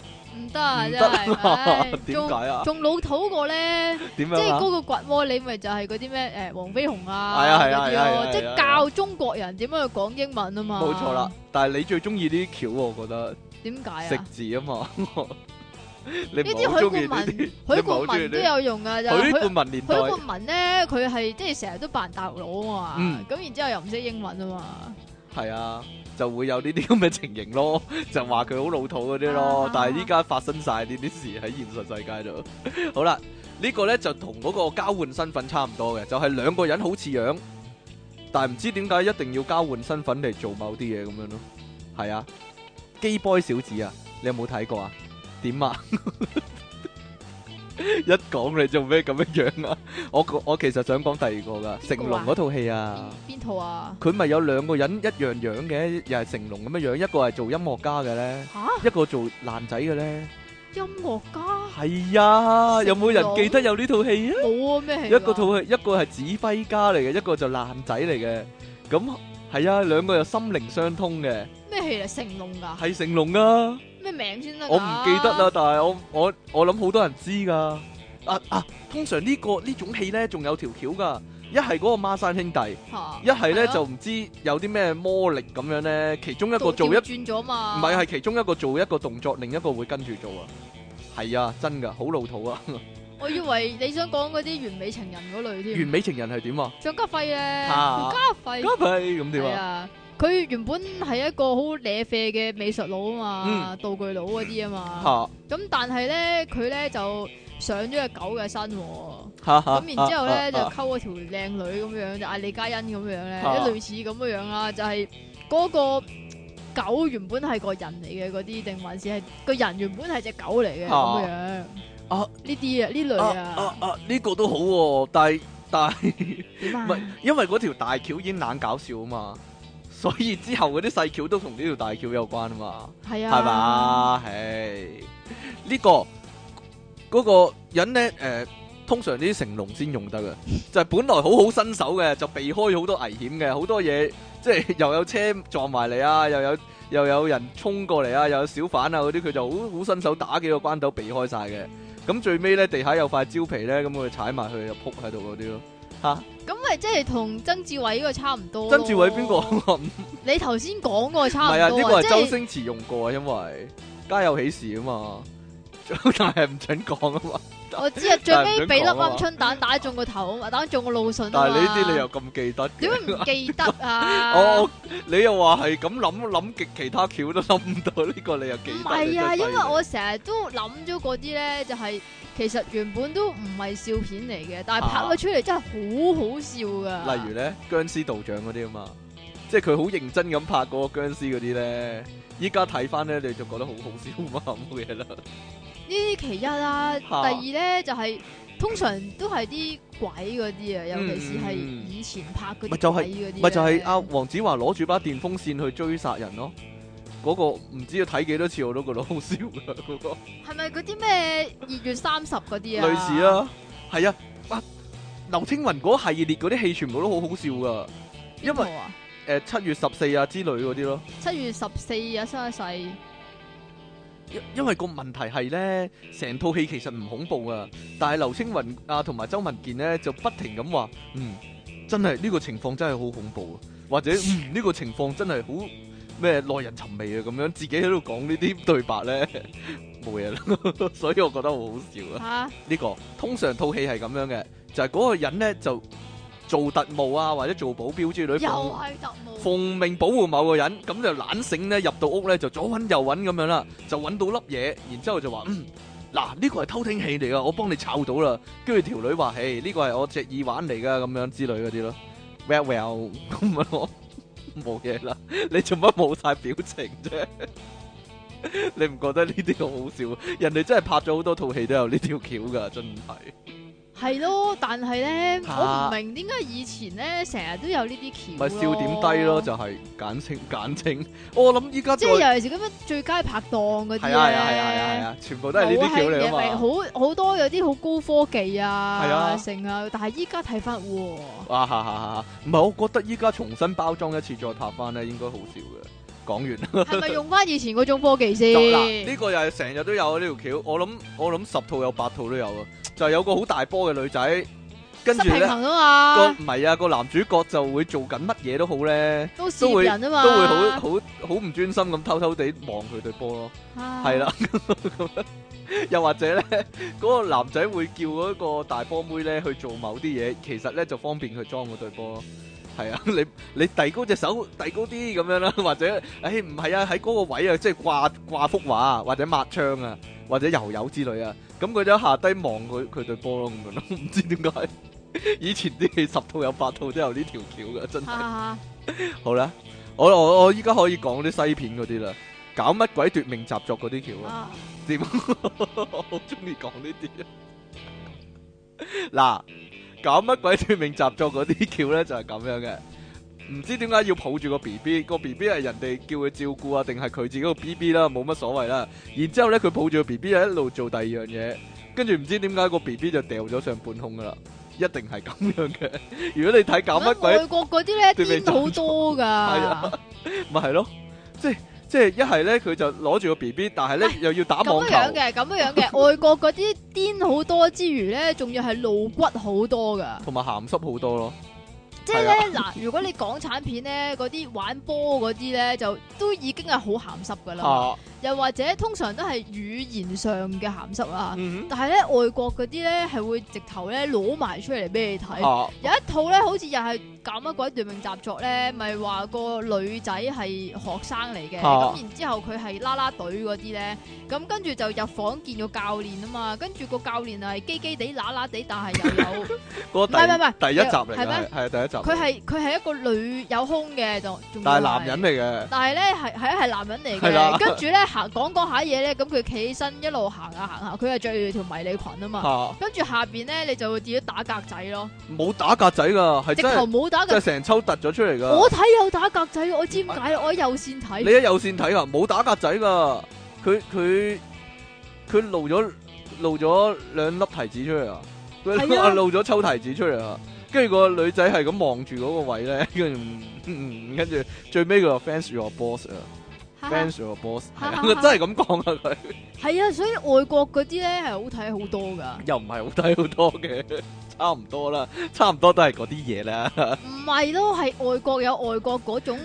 得啊，唔真得係。啊唉 點仲解啊？仲老土過咧，即點樣係啊？嗰個掘魔理咪就係嗰啲咩誒黃飛鴻啊係啊嗰係啊係啊係啲啊係咯，啊即係教中國人點樣去講英文啊嘛。冇錯啦，，但係你最中意呢啲橋喎，我覺得點解食啊？字啊嘛， 你唔呢係啲好許中意冠呢文，啲，許冠文都有用啊噶，就係許許冠文年許代。冠文咧，佢係即係成日都扮大陸佬啊嘛嗯，咁然之後又唔識英文啊嘛，係啊，就會有呢啲咁嘅情形咯， 就話佢好老土嗰啲咯啊。但係依家發生晒呢啲事喺現實世界度。 好啦，呢個呢就同嗰個交換身份差唔多嘅，就係兩個人好似樣，但係唔知點解一定要交換身份嚟做某啲嘢咁樣咯。係啊，gay boy 小子啊，你有冇睇過啊？點啊？ 一講你做咩咁樣樣啊？我我其實想講第二個啊噶，成龍嗰套戲啊。邊邊套啊？佢咪有兩個人一樣樣嘅，又係成龍咁樣樣，一個係做音樂家嘅咧，吓，一個做爛仔嘅咧。音樂家係啊，成龍有冇人記得有呢套戲啊？冇啊咩戲一㗎？個套戲，一個係指揮家嚟嘅，一個就爛仔嚟嘅。咁係啊，兩個又心靈相通嘅，咩戲嚟？成龍㗎？係成龍啊！咩名先得㗎？我唔記得啦，但係我我我諗好多人知噶。啊啊，通常呢個呢種戲咧，仲有條橋噶，一係嗰個孖生兄弟。嚇，一係咧係啊就唔知有啲咩魔力咁樣咧，其中一個做一調唔轉咗嘛？係係其中一個做一個動作，另一個會跟住做啊。係啊，真噶，好老土啊！嗯我以為你想講嗰啲完美情人嗰類完添。美情人係點啊？張家輝咧，啊張家輝加倍咁點係啊？啊，佢原本係一個好瀨啡嘅美術佬啊嘛，道具佬嗰啲啊嘛。嗯嚇咁但係咧，佢咧就上咗只狗嘅身喎。嚇嚇！咁然之後咧就嚇溝咗條靚女咁樣，就嗌李嘉欣咁樣咧，啊類似咁樣樣啦，就係嗰個狗原本係個人嚟嘅嗰啲，定還是係個人原本係只狗嚟嘅咁樣？啊呢啲啊，呢類啊啊啊，啊！呢個都好喎，但係但係 點唔啊？係因為嗰條大橋已經懶搞笑啊嘛，所以之後嗰啲細橋都同呢條大橋有關啊嘛。係啊，係？嘛？唉，呢個嗰個人咧，誒，通常呢啲成龍先用 得嘅，就係本來好好身手嘅，就避開好多危險嘅，好多嘢，即係又有車 撞埋嚟啊，又有又有人衝過嚟啊，又有小販啊嗰啲，佢就好好身手打幾個關斗避開晒嘅。咁最尾咧，地下有塊蕉皮咧，咁佢踩埋去就撲喺度嗰啲咯。咁咪即係同曾志偉嗰個差唔多。曾志偉邊個？ 啊？唔你頭先講嗰個差唔係多啊，呢個係即周係星馳用過啊，因為家有喜事啊嘛， 但係唔準講啊嘛。我知啊，最尾俾粒但係唔準講啊鵪鶉蛋嘛打中個頭啊嘛，打中個腦筍啊嘛但係呢 啲你又咁記得點嘅，解唔啊記得啊？ 哦，你又話係咁諗諗極其他橋都諗唔到，呢個你又記得。唔係啊，你因真係為我成日都諗咗嗰啲咧，就係、其實原本都唔係笑片嚟嘅，但係拍咗出嚟真係好好笑犀噶。利啊例如咧，僵屍道長嗰啲啊嘛，即係佢好認真咁拍嗰個僵屍嗰啲咧，依家睇翻咧你就覺得好好笑嘛，冇嘢啦。啊呢啲其一啦，第嚇二咧就係、通常都係啲鬼嗰啲啊，嗯尤其是係以前拍嗰咪就啲係鬼嗰啲呢，咪就係啊阿黃子華攞住把電風扇去追殺人咯，嗰個唔知睇幾多次我都覺得好笑噶嗰個。係咪嗰啲咩二月三十嗰啲啊？類似，啦，係啊，哇！劉青雲嗰系列嗰啲戲全部都好好笑噶，因為啊誒七月十四啊之類嗰啲咯。七月十四日生一 世，因因為個問題係咧，成套戲其實唔恐怖啊，但係劉青雲啊同埋周文健咧就不停咁話，嗯，真係呢、個情況真係好恐怖啊，或者嗯呢、個情況真係好咩耐人尋味啊咁樣，自己喺度講呢 啲對白咧冇嘢啦， 所以我覺得好好笑啊。吓呢、個通常套戲係咁樣嘅，就係、嗰個人咧就做特務啊或者做保鏢之又類奉係特務，奉命保護某個人，咁就懶醒咧，入到屋咧就左揾右揾咁樣啦，就揾到粒嘢，然之後就話嗯。嗱，呢個係偷聽器嚟噶，我幫你抄到啦。跟住條女話：，誒，呢個係我隻耳環嚟噶，咁樣之類嗰啲咯。Well well，咁啊，我冇嘢啦。你做乜冇晒表情啫？你唔覺得呢啲好好笑？人哋真係拍咗好多套戲都有呢條橋噶，真係。係咯。但係咧，嚇我唔明點解以前咧成日都有呢啲橋，咪笑點低咯，就係、簡稱簡稱。我諗依家即再係尤其是咁樣最佳拍檔嗰啲係啊係啊係啊係啊。啊，全部都係呢啲橋嚟冇係啊嘛。嘅咪好好多有啲好高科技係啊啊，成啊，但係依家睇翻，喎，啊哈哈哈！唔係，我覺得依家重新包裝一次再拍翻咧，應該好笑嘅。講完啦，係咪用翻以前嗰種科技先？ 嗱呢個又係成日都有啊呢條橋，我諗我諗十套有八套都有啊，就係有個好大波嘅女仔，跟失住平咧衡個啊嘛，唔係啊個男主角就會做緊乜嘢都好咧，都事都業會人啊嘛，都會好好好唔專心咁偷偷地望佢對波咯。啊係啦， 又或者咧， 嗰、個男仔會叫嗰個大波妹咧去做某啲嘢，其實咧就方便佢裝嗰對波咯。係啊， 你你遞高隻手，遞高啲咁樣啦， 或者誒唔係啊，喺嗰個位啊，即係掛掛幅畫啊，或者抹窗啊，或者油油之類啊，咁佢就下低望佢佢對波咯 咁樣咯，唔知點解。以前啲戲十套有八套都有呢條橋噶，真係。啊好啦，我我我依家可以講啲西片嗰啲啦，搞乜鬼奪命習作嗰啲橋啊！啊點？我 好中意講呢啲啊！嗱，搞乜鬼奪命習作嗰啲橋咧，就係咁樣嘅。唔知點解要抱住個 B B，個 B B 係人哋叫佢照顧啊，定係佢自己個 B B 啦，冇乜所謂啦。然之後咧，佢抱住個 B B 一路做第二樣嘢，跟住唔知點解個 B B 就掉咗上半空噶啦，一定係咁樣嘅。 如果你睇搞乜咁鬼外國嗰啲咧對面癲好多啊噶，咪係咯，即係即係一係咧佢就攞住個 B B，但係咧又要打網啊咁樣樣球，嘅，咁樣樣嘅， 外國嗰啲癲好多之餘咧，仲要係露骨好多噶，同埋鹹濕好多咯。即係咧啊嗱，如果你港產片咧，嗰啲玩波嗰啲咧，就都已經係好鹹濕噶啦，啊，又或者通常都係語言上嘅鹹濕啊，嗯但係咧外國嗰啲咧係會直頭咧攞埋出嚟俾你哼睇。啊。有一套咧，好似又係搞乜鬼奪命習作咧，咪話個女仔係學生嚟嘅，咁、啊然之後佢係啦啦隊嗰啲咧，咁跟住就入房見個教練啊嘛，跟住個教練係基基地啦啦地，但係 又有嗰個第唔係唔係唔係第一集嚟嘅，係咩係係第一集嚟嘅。佢係佢係一個女有胸嘅，就仲但係要男人嚟但係咧係係係男人嚟係啦 嘅，跟住咧行講講下嘢咧，咁佢企起身一路行下行啊下，佢係着住條迷你裙啊嘅嘛，嚇，跟住下邊咧你就會見到打格仔咯，冇打格仔噶，係直真頭係冇打格真係成抽突咗出嚟噶。我睇有打格仔，我知點解，我喺右線睇你。喺有線睇噶，冇打格仔噶，佢佢佢露咗露咗兩粒提子出嚟啊！係佢啊 露咗抽提子出嚟啊！跟住個女仔係咁望住嗰個位咧，跟住嗯嗯跟住最尾佢話 fans your boss 啊哈哈，fans your boss，係啊，佢真係咁講啊佢。係啊，所以外國嗰啲咧係好睇好多噶，又唔係好低好多嘅， 差唔多啦，差唔多都係嗰啲嘢啦。唔係咯，係外國有外國嗰種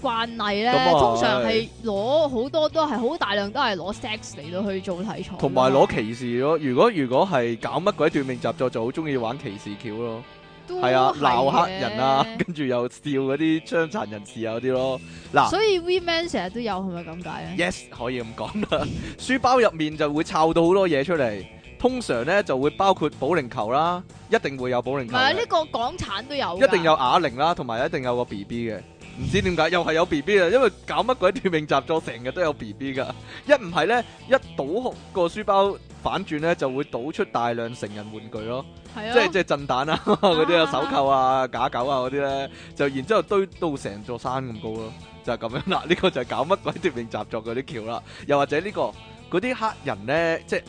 慣例咧咁啊，通常係攞好多都係好大量都係攞 sex 嚟到去做題材，同埋攞歧視咯。如果如果係搞乜鬼斷命習作，就好中意玩歧視橋咯。都係啊，哦係鬧黑人啊 嘅，跟住又笑嗰啲傷殘人士啊嗰啲咯。嗱所以 We Man 成日都有，係咪咁解咧？ ，yes 可以咁講啦。 書包入面就會摷到好多嘢出嚟，通常咧就會包括保齡球啦，一定會有保齡唔球係啊嘅。呢個港產都有㗎，一定有啞鈴啦，同埋一定有個 B B 嘅，唔知點解又係有 B B 啊！因為搞乜鬼斷命習作，成日都有 B B 噶。一唔係咧，一倒個書包反轉咧，就會倒出大量成人玩具咯，係即啊，係即係震蛋啊 嗰啲啊，手扣啊、假狗啊嗰啲咧，就然之後堆到成座山咁高咯，就係咁樣啦。呢個就係搞乜鬼斷命習作嗰啲橋啦，又或者呢個嗰啲黑人咧，即係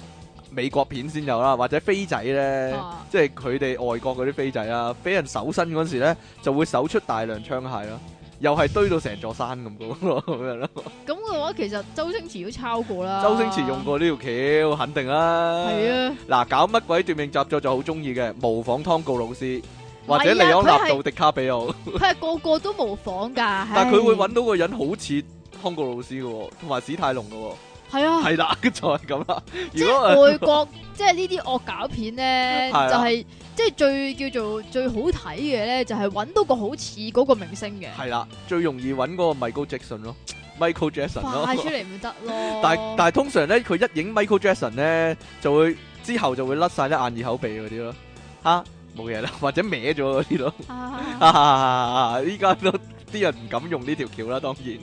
美國片先有啦，或者飛仔咧。啊即係佢哋外國嗰啲飛仔啊，俾人搜身嗰時咧，就會搜出大量槍械啦，又係堆到成座山咁嘅喎 咁樣咯。咁嘅話，其實周星馳都抄過啦。周星馳用過呢條橋，肯定啦。啊係啊，嗱，搞乜鬼奪命雜作就好中意嘅，模仿湯告老師唔係啊或者利安納佢杜迪卡比奧，佢係個個都模仿㗎。但但係佢會揾到個人好似湯告老師嘅喎，同埋史泰龍嘅喎，係啊，係啦， 就係咁啦。即如果呃係外國， 即係呢啲惡搞片咧，係啊就係即係最叫做最好睇嘅咧，就係揾到個好似嗰個明星嘅，係啦，最容易揾嗰個 Michael Jackson 咯，Michael Jackson 快出咯。嚟咪得咯。 但係但係通常咧，佢一影 Michael Jackson 咧，就會之後就會甩晒啲眼耳口鼻嗰啲咯，嚇冇嘢啦， 或者歪咗嗰啲咯。 啊啊！依家都啲人唔敢用呢條橋啦，當然。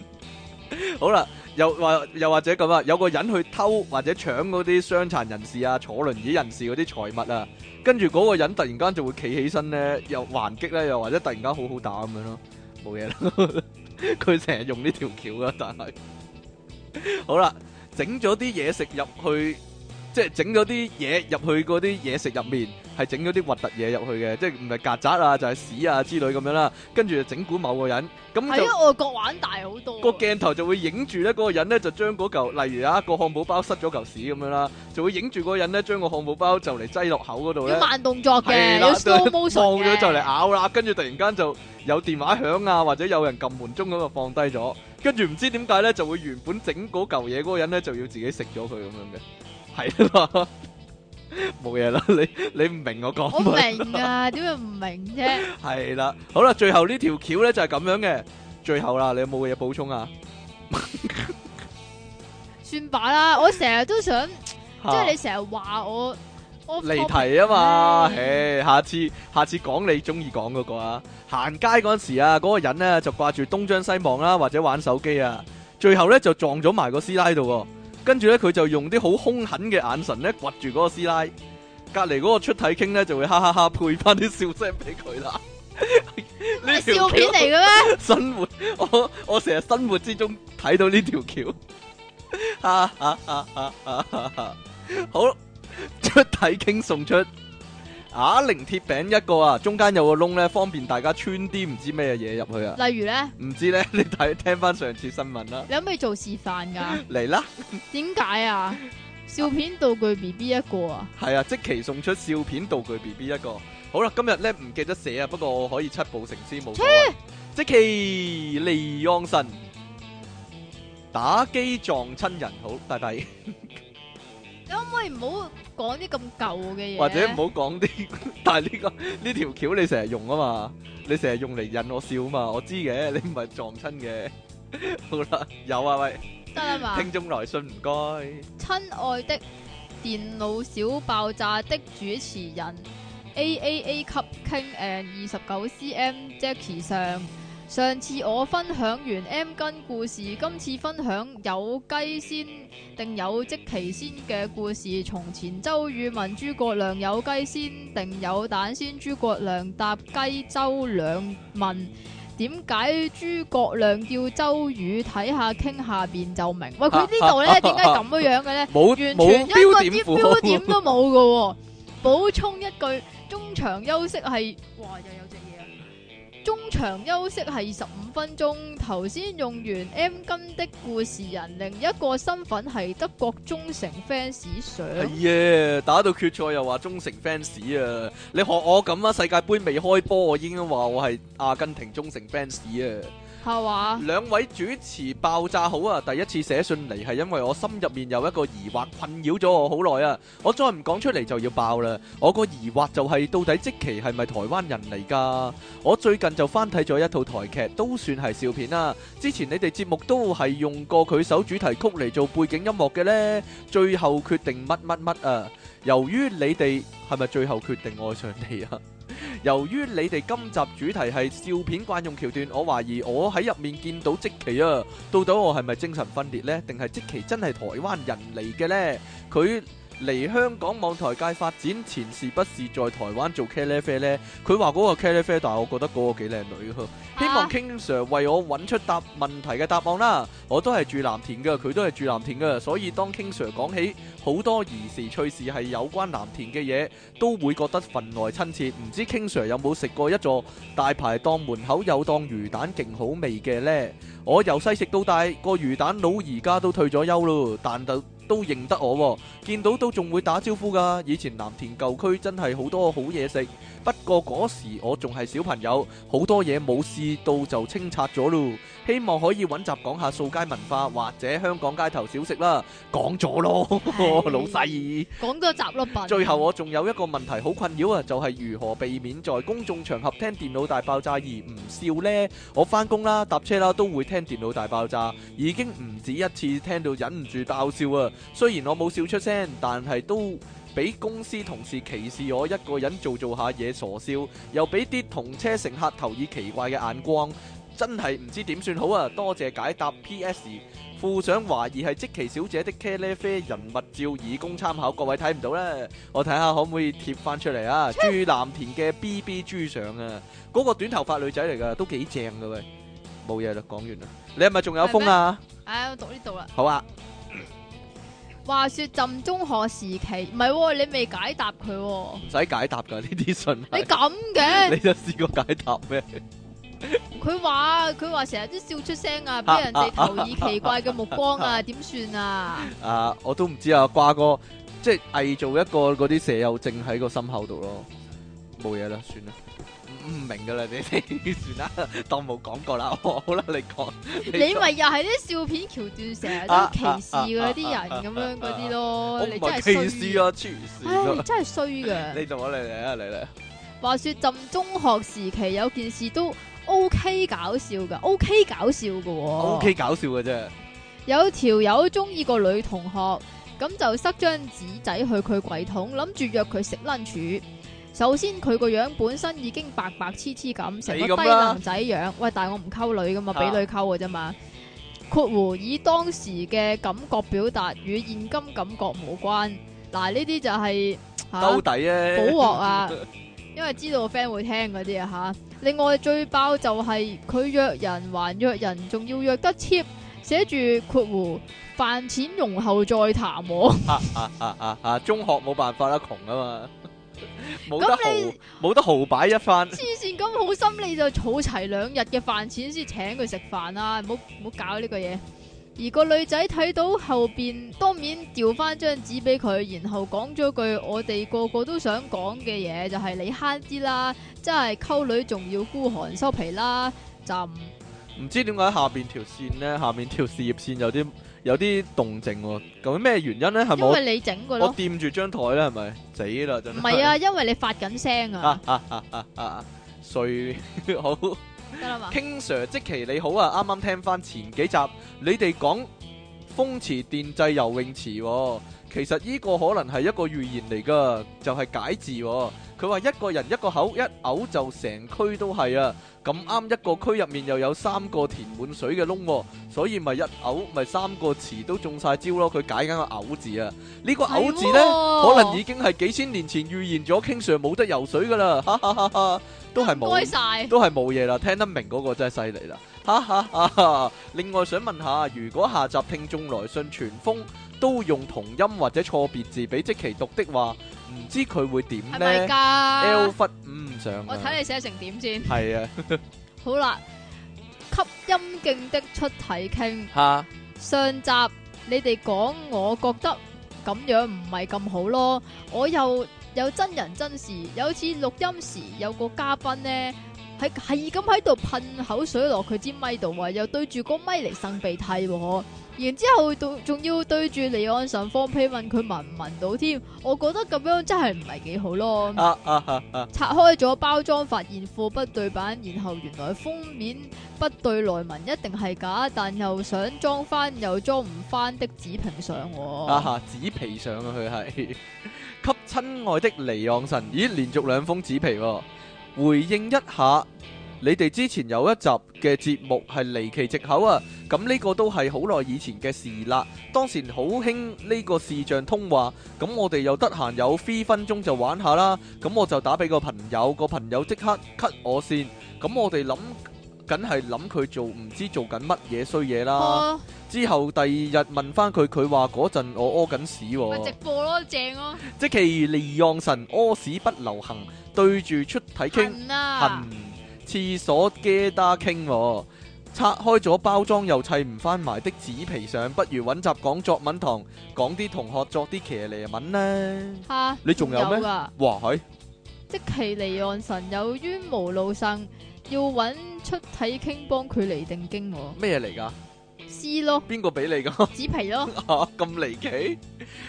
好啦，又或又或者咁啊，有個人去偷或者搶嗰啲傷殘人士啊、坐輪椅人士嗰啲財物啊，跟住嗰個人突然間就會企起身咧，又還擊咧，又或者突然間好好打咁樣咯，冇嘢啦。 佢成日用呢條橋噶，但係好啦，整咗啲嘢食入去，即係整咗啲嘢入去嗰啲嘢食入面。係整咗啲核突嘢入去嘅，即係唔係曱甴啊，就係屎啊之類咁樣啦。跟住就整蠱某個人，咁喺就啊外國玩大好多。個鏡頭就會影住咧嗰個人咧，就將嗰嚿，例如啊個漢堡包塞咗嚿屎咁樣啦，就會影住嗰個人咧，將個漢堡包就嚟擠落口嗰度咧要。慢動作嘅，係啦要 slow 望 motion 嘅咗就嚟咬啦，跟住突然間就有電話響啊，或者有人撳門鐘咁就放低咗，跟住唔知點解咧就會原本整嗰嚿嘢嗰個人咧就要自己食咗佢咁樣嘅，係啦，冇嘢啦，你 你唔明我講我乜？明 啊，點解唔明啫？系啦，好啦，最後呢條橋咧就係咁樣嘅，最後啦，你有冇嘢補充啊？算罷啦，我成日都想，即嚇係你成日話我，我啊離題啊嘛，唉唉，下次下次講你中意講嗰個啊，行街嗰陣時啊，嗰、個人咧就掛住東張西望啦，或者玩手機啊，最後咧就撞咗埋個師奶度喎，跟住咧佢就用啲好兇狠嘅眼神咧掘住嗰個師奶，隔離嗰個出體傾咧就會哈哈哈配翻啲笑聲俾佢啦。呢係 條笑片橋嚟嘅咩？生活，我我成日生活之中睇到呢條橋， 哈哈哈哈哈哈哈好出體傾送出啞鈴鐵餅一個啊，中間有個窿咧，方便大家穿啲唔知咩嘢入去啊，例如咧，唔知咧你睇聽翻上次新聞啦，你可唔可以做示範㗎？嚟啦，點解啊？笑片道具 B B 一個啊，係啊，即期送出笑片道具 B B 一個，好啦，今日咧唔記得寫啊，不過我可以七步成詩冇所謂，即期利昂神打機撞親人，好大大。你可唔可以唔好講啲咁舊嘅嘢？或者唔好講啲， 但係呢、個呢條橋你成日用啊嘛，你成日用嚟引我笑啊嘛，我知嘅，你唔係撞親嘅。 好啦，有啊喂，得啦嘛？聽眾來信唔該，親愛的電腦小爆炸的主持人 A A A 級 King and 二十九 C M Jackie 上，上次我分享完 M 根故事，今次分享有雞先定有即期先嘅故事。從前周宇問諸葛亮有雞先定有蛋先，諸葛亮答雞周兩問。點解諸葛亮叫周宇睇下傾下邊就明？喂，佢呢度咧點解咁樣樣嘅咧？冇完全 冇一個標啲點符標號，點都冇嘅喎。補充一句，中場休息係哇又有隻嘢啊！中場休息係十五分鐘。頭先用完 M 金的故事人，另一個身份係德國忠誠 fans 上。係啊，打到決賽又話忠誠 fans 啊，你學我咁啊，世界盃未開波，我已經話我係阿根廷忠誠 fans 啊。係話兩位主持爆炸好啊！第一次寫信嚟係因為我心入面有一個疑惑困擾咗我好耐啊！我再唔講出嚟就要爆啦！我個疑惑就係到底即期係咪台灣人嚟㗎？我最近就翻睇咗一套台劇，都算係笑片啦。之前你哋節目都係用過佢首主題曲嚟做背景音樂嘅呢，最後決定乜乜乜啊！由於你哋係咪最後決定愛上你啊？由於你哋今集主題係笑片慣用橋段，我懷疑我喺入面見到即奇啊，到底我係咪精神分裂呢？定係即奇真係台灣人嚟嘅呢？佢嚟香港網台界發展前是不是在台灣做茄喱啡呢？佢話嗰個茄喱啡，但係我覺得嗰個幾靚女呵希望啊 King Sir 為我揾出答問題嘅答案啦。我都係住藍田嘅，佢都係住藍田嘅，所以當 King Sir 講起好多兒時趣事係有關藍田嘅嘢，都會覺得分外親切。唔知 King Sir 有冇食過一座大排檔門口有檔魚蛋勁好味嘅呢？我由細食到大，個魚蛋佬而家都退咗休咯，但就都認得我、喎，見到都仲會打招呼噶。以前藍田舊區真係好多好嘢食，不過嗰時我仲係小朋友，好多嘢冇試到就清拆咗咯。希望可以揾集講下掃街文化或者香港街頭小食啦。講咗咯，唉老細。講多集咯，笨。最後我仲有一個問題好困擾啊，就係、如何避免在公眾場合聽電腦大爆炸而唔笑呢？我翻工啦、搭車啦都會聽電腦大爆炸，已經唔止一次聽到忍唔住爆笑啊！雖然我冇笑出聲，但係都俾公司同事歧視我一個人做做下嘢傻笑，又俾啲同車乘客投以奇怪嘅眼光，真係唔知點算好啊！多謝解答 P.S. 附上懷疑係即奇小姐的茄喱啡人物照以供參考，各位睇唔到咧，我睇下可唔可以貼翻出嚟啊？朱藍田嘅 B.B. 豬相啊，嗰、個短頭髮女仔嚟噶，都幾正噶喂，冇嘢啦，講完啦，你係咪仲有風啊？唉，我讀呢度啦。好啊，話說朕中學時期，唔係喎，你未解答佢喎。唔使解答噶呢啲信你係，咁嘅， 你都試過解答咩？佢話佢話成日都笑出聲啊，俾人哋投以奇怪嘅目光啊，點算啊？啊，我都唔知啊，瓜哥，即係偽造一個嗰啲蛇友症喺個心口度咯，冇嘢啦，算啦，唔唔明噶啦，你哋 算啦，當冇講過啦， 好啦， 你啊講，你講咪又係啲笑片橋段，成日都歧視嗰啲人咁啊樣嗰啲我咯，唔你真係係歧視衰。啊，黐唉，線你啊，真係衰噶。 你同我嚟嚟啊，嚟嚟啊，話說朕中學時期有件事都 OK 搞笑噶，OK 搞笑噶、喎。 ，OK 搞笑嘅啫，有條友中意個女同學，咁就塞張紙仔去佢櫃桶，諗住約佢食 lunch。首先佢個樣本身已經白白黐黐咁，成你咁個低啦能仔樣。喂，但係我唔溝女噶嘛，啊俾女溝嘅啫嘛。括弧以當時嘅感覺表達與現今感覺無關。嗱，呢啲就係、吓兜底啊，補鑊啊，因為知道我 friend 會聽嗰啲啊吓。另外最爆就係佢約人還約人，仲要約得 cheap，寫住括弧飯錢容後再談我。 啊啊啊啊啊，中學冇辦法啦，窮啊嘛，冇得咁豪你，冇得豪擺一番，黐線咁好心你就儲齊兩日嘅飯錢先請佢食飯啦，唔好唔好搞呢個嘢。而個女仔睇到後邊，當面掉翻張紙俾佢，然後講咗句我哋個個都想講嘅嘢，就係、你慳啲啦，真係溝女仲要孤寒收皮啦，就唔知點解下邊條線咧，下面條事業線有啲有啲動靜喎、究竟咩原因咧？係咪因我為你整嘅我咯，掂住張台咧？係咪死啦？真唔係係 啊，因為你發緊聲啊，啊！衰 好得啦嘛， ，King Sir 即其你好啊！啱啱聽翻前幾集，你哋講風池電掣游泳池、喎，其實呢個可能係一個預言嚟噶，就係、解字、喎。佢話一個人一個口一嘔就成區都係啊！咁啱一個區入面又有三個填滿水嘅窿、喎，所以咪一嘔咪三個池都中晒招咯。佢解緊個嘔字啊！呢、個嘔字呢。可能已經係幾千年前預言咗 King Sir 冇得游水噶啦，哈哈哈哈，都係唔該冇，晒，都係冇嘢啦，聽得明嗰個真係犀利啦，哈哈哈哈。另外想問下，如果下集聽眾來信全封都用同音或者錯別字俾即其讀的話，唔知佢會點係咪呢？L 㗎？忽唔上我啊，睇你寫成點先，係啊，好啦，吸陰勁的出體傾。哈上集你哋講，我覺得咁樣唔係咁好咯。我又有真人真事，有次錄音時有個嘉賓呢，係係咁喺度噴口水落佢支咪度啊，又對住個咪嚟擤鼻涕喎。然之後仲仲要對住離岸神放屁問佢聞唔聞到添，我覺得咁樣真係唔係幾好咯。啊啊啊啊，拆開咗包裝，發現貨不對版，然後原來封面不對內文一定係假，但又想裝翻又裝唔翻的紙屏上喎。啊哈，紙皮上啊佢係。 給親愛的離岸神，咦，連續兩封紙皮喎、回應一下你哋之前有一集嘅節目係離奇藉口啊，咁呢個都係好耐以前嘅事啦。當時好興呢個視像通話，咁我哋又得閒有 free 分鐘就玩下啦。咁我就打俾個朋友，個朋友即刻 cut 我線。咁我哋諗緊係諗佢做唔知做緊乜嘢衰嘢啦。哦，之後第二日問翻佢，佢話嗰陣我屙緊屎喎、咪直播咯，正咯，即其利讓神屙屎不留行，對住出體傾。痕啊行，廁所 g 打傾喎，拆開咗包裝又砌唔翻埋的紙皮上，不如揾集講作文堂，講啲同學作啲騎呢文呢？吓，你仲有咩噶？哇，係啊即其離岸神有冤無路生，要揾出體傾幫佢嚟定經喎，咩嚟㗎？撕咯，邊個俾你㗎？紙皮 咯，啊咁離奇？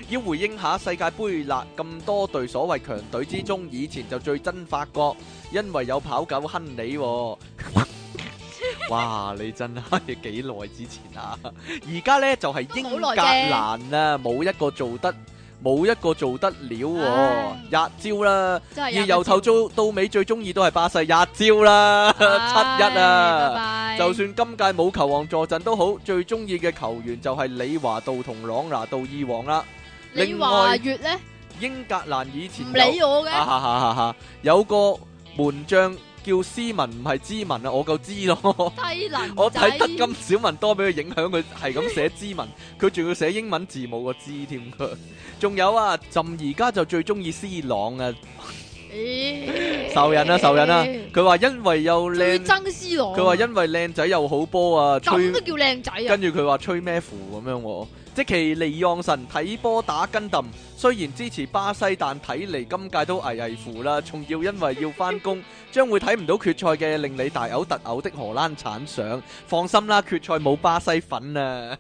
要回應下世界盃啦，咁多隊所謂強隊之中，以前就最憎法國，因為有跑狗亨利 喎。哇！你真係幾耐之前啊？而家呢就係、英格蘭啊，冇一個做得冇一個做得了喎、唉一招啦，真而係由頭到到尾最中意都係巴西一招啦， 七一啊！啊就算今屆冇球王坐陣都好，最中意嘅球員就係李華道同朗拿度二王啦。你另話外月咧英格蘭以前唔有理我啊嘅，哈哈哈哈有個門將叫斯文，唔係知文啊，我夠知咯。低能我仔睇得咁少文多俾佢影響，佢 係咁寫知文，佢仲要寫英文字母個知添。 佢仲有啊，朕而家就最中意斯朗啊，咦仇人啊，仇人啊！佢話因為有最靚，憎 C 朗，佢話因為靚仔又好波啊，吹咁都叫靚仔啊跟！住佢話吹咩符咁樣喎，即其利昂神睇波打跟揼，雖然支持巴西，但睇嚟今屆都危危乎啦，仲要因為要翻工，將會睇唔到決賽嘅令你大嘔特嘔的荷蘭產相。放心啦，決賽冇巴西粉啊！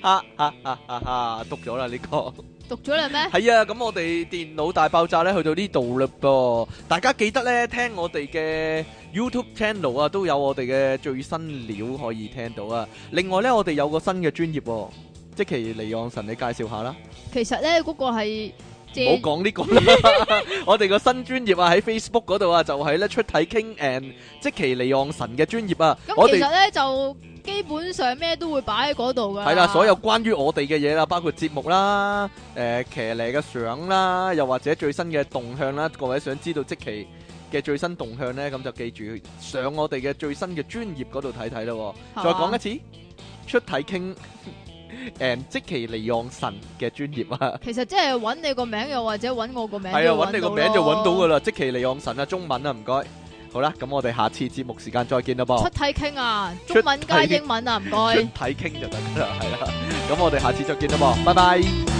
哈哈哈哈哈，讀咗啦呢個。讀咗啦咩？係啊，咁我哋電腦大爆炸咧去到呢度嘞噃，大家記得咧聽我哋嘅 YouTube channel 啊，都有我哋嘅最新料可以聽到啊。另外咧，我哋有個新嘅專業喎，即其離岸神，你介紹下啦。其實咧嗰個係唔好借講呢個啦， 我哋個新專業啊喺 Facebook 嗰度啊，就係咧出體傾 and 即其離岸神嘅專業啊。我咁，其哋實咧就基本上咩都會擺喺嗰度噶。係啦，所有關於我哋嘅嘢啦，包括節目啦、誒騎呢嘅相啦，又或者最新嘅動向啦，各位想知道即期嘅最新動向呢，咁就記住上我哋嘅最新嘅專業嗰度睇睇咯。係嘛再講一次，出體傾 誒即期離岸神嘅專業啊，其實即係揾你個名，又或者揾我個名。係啊，揾你個名就揾到噶啦。啦，即期離岸神啊，中文啊，唔該。好啦，咁我哋下次節目時間再見啦噃。出體傾啊，中文加出體英文啊，唔出該。體傾就得噶啦，係啦。咁我哋下次再見啦噃，拜拜。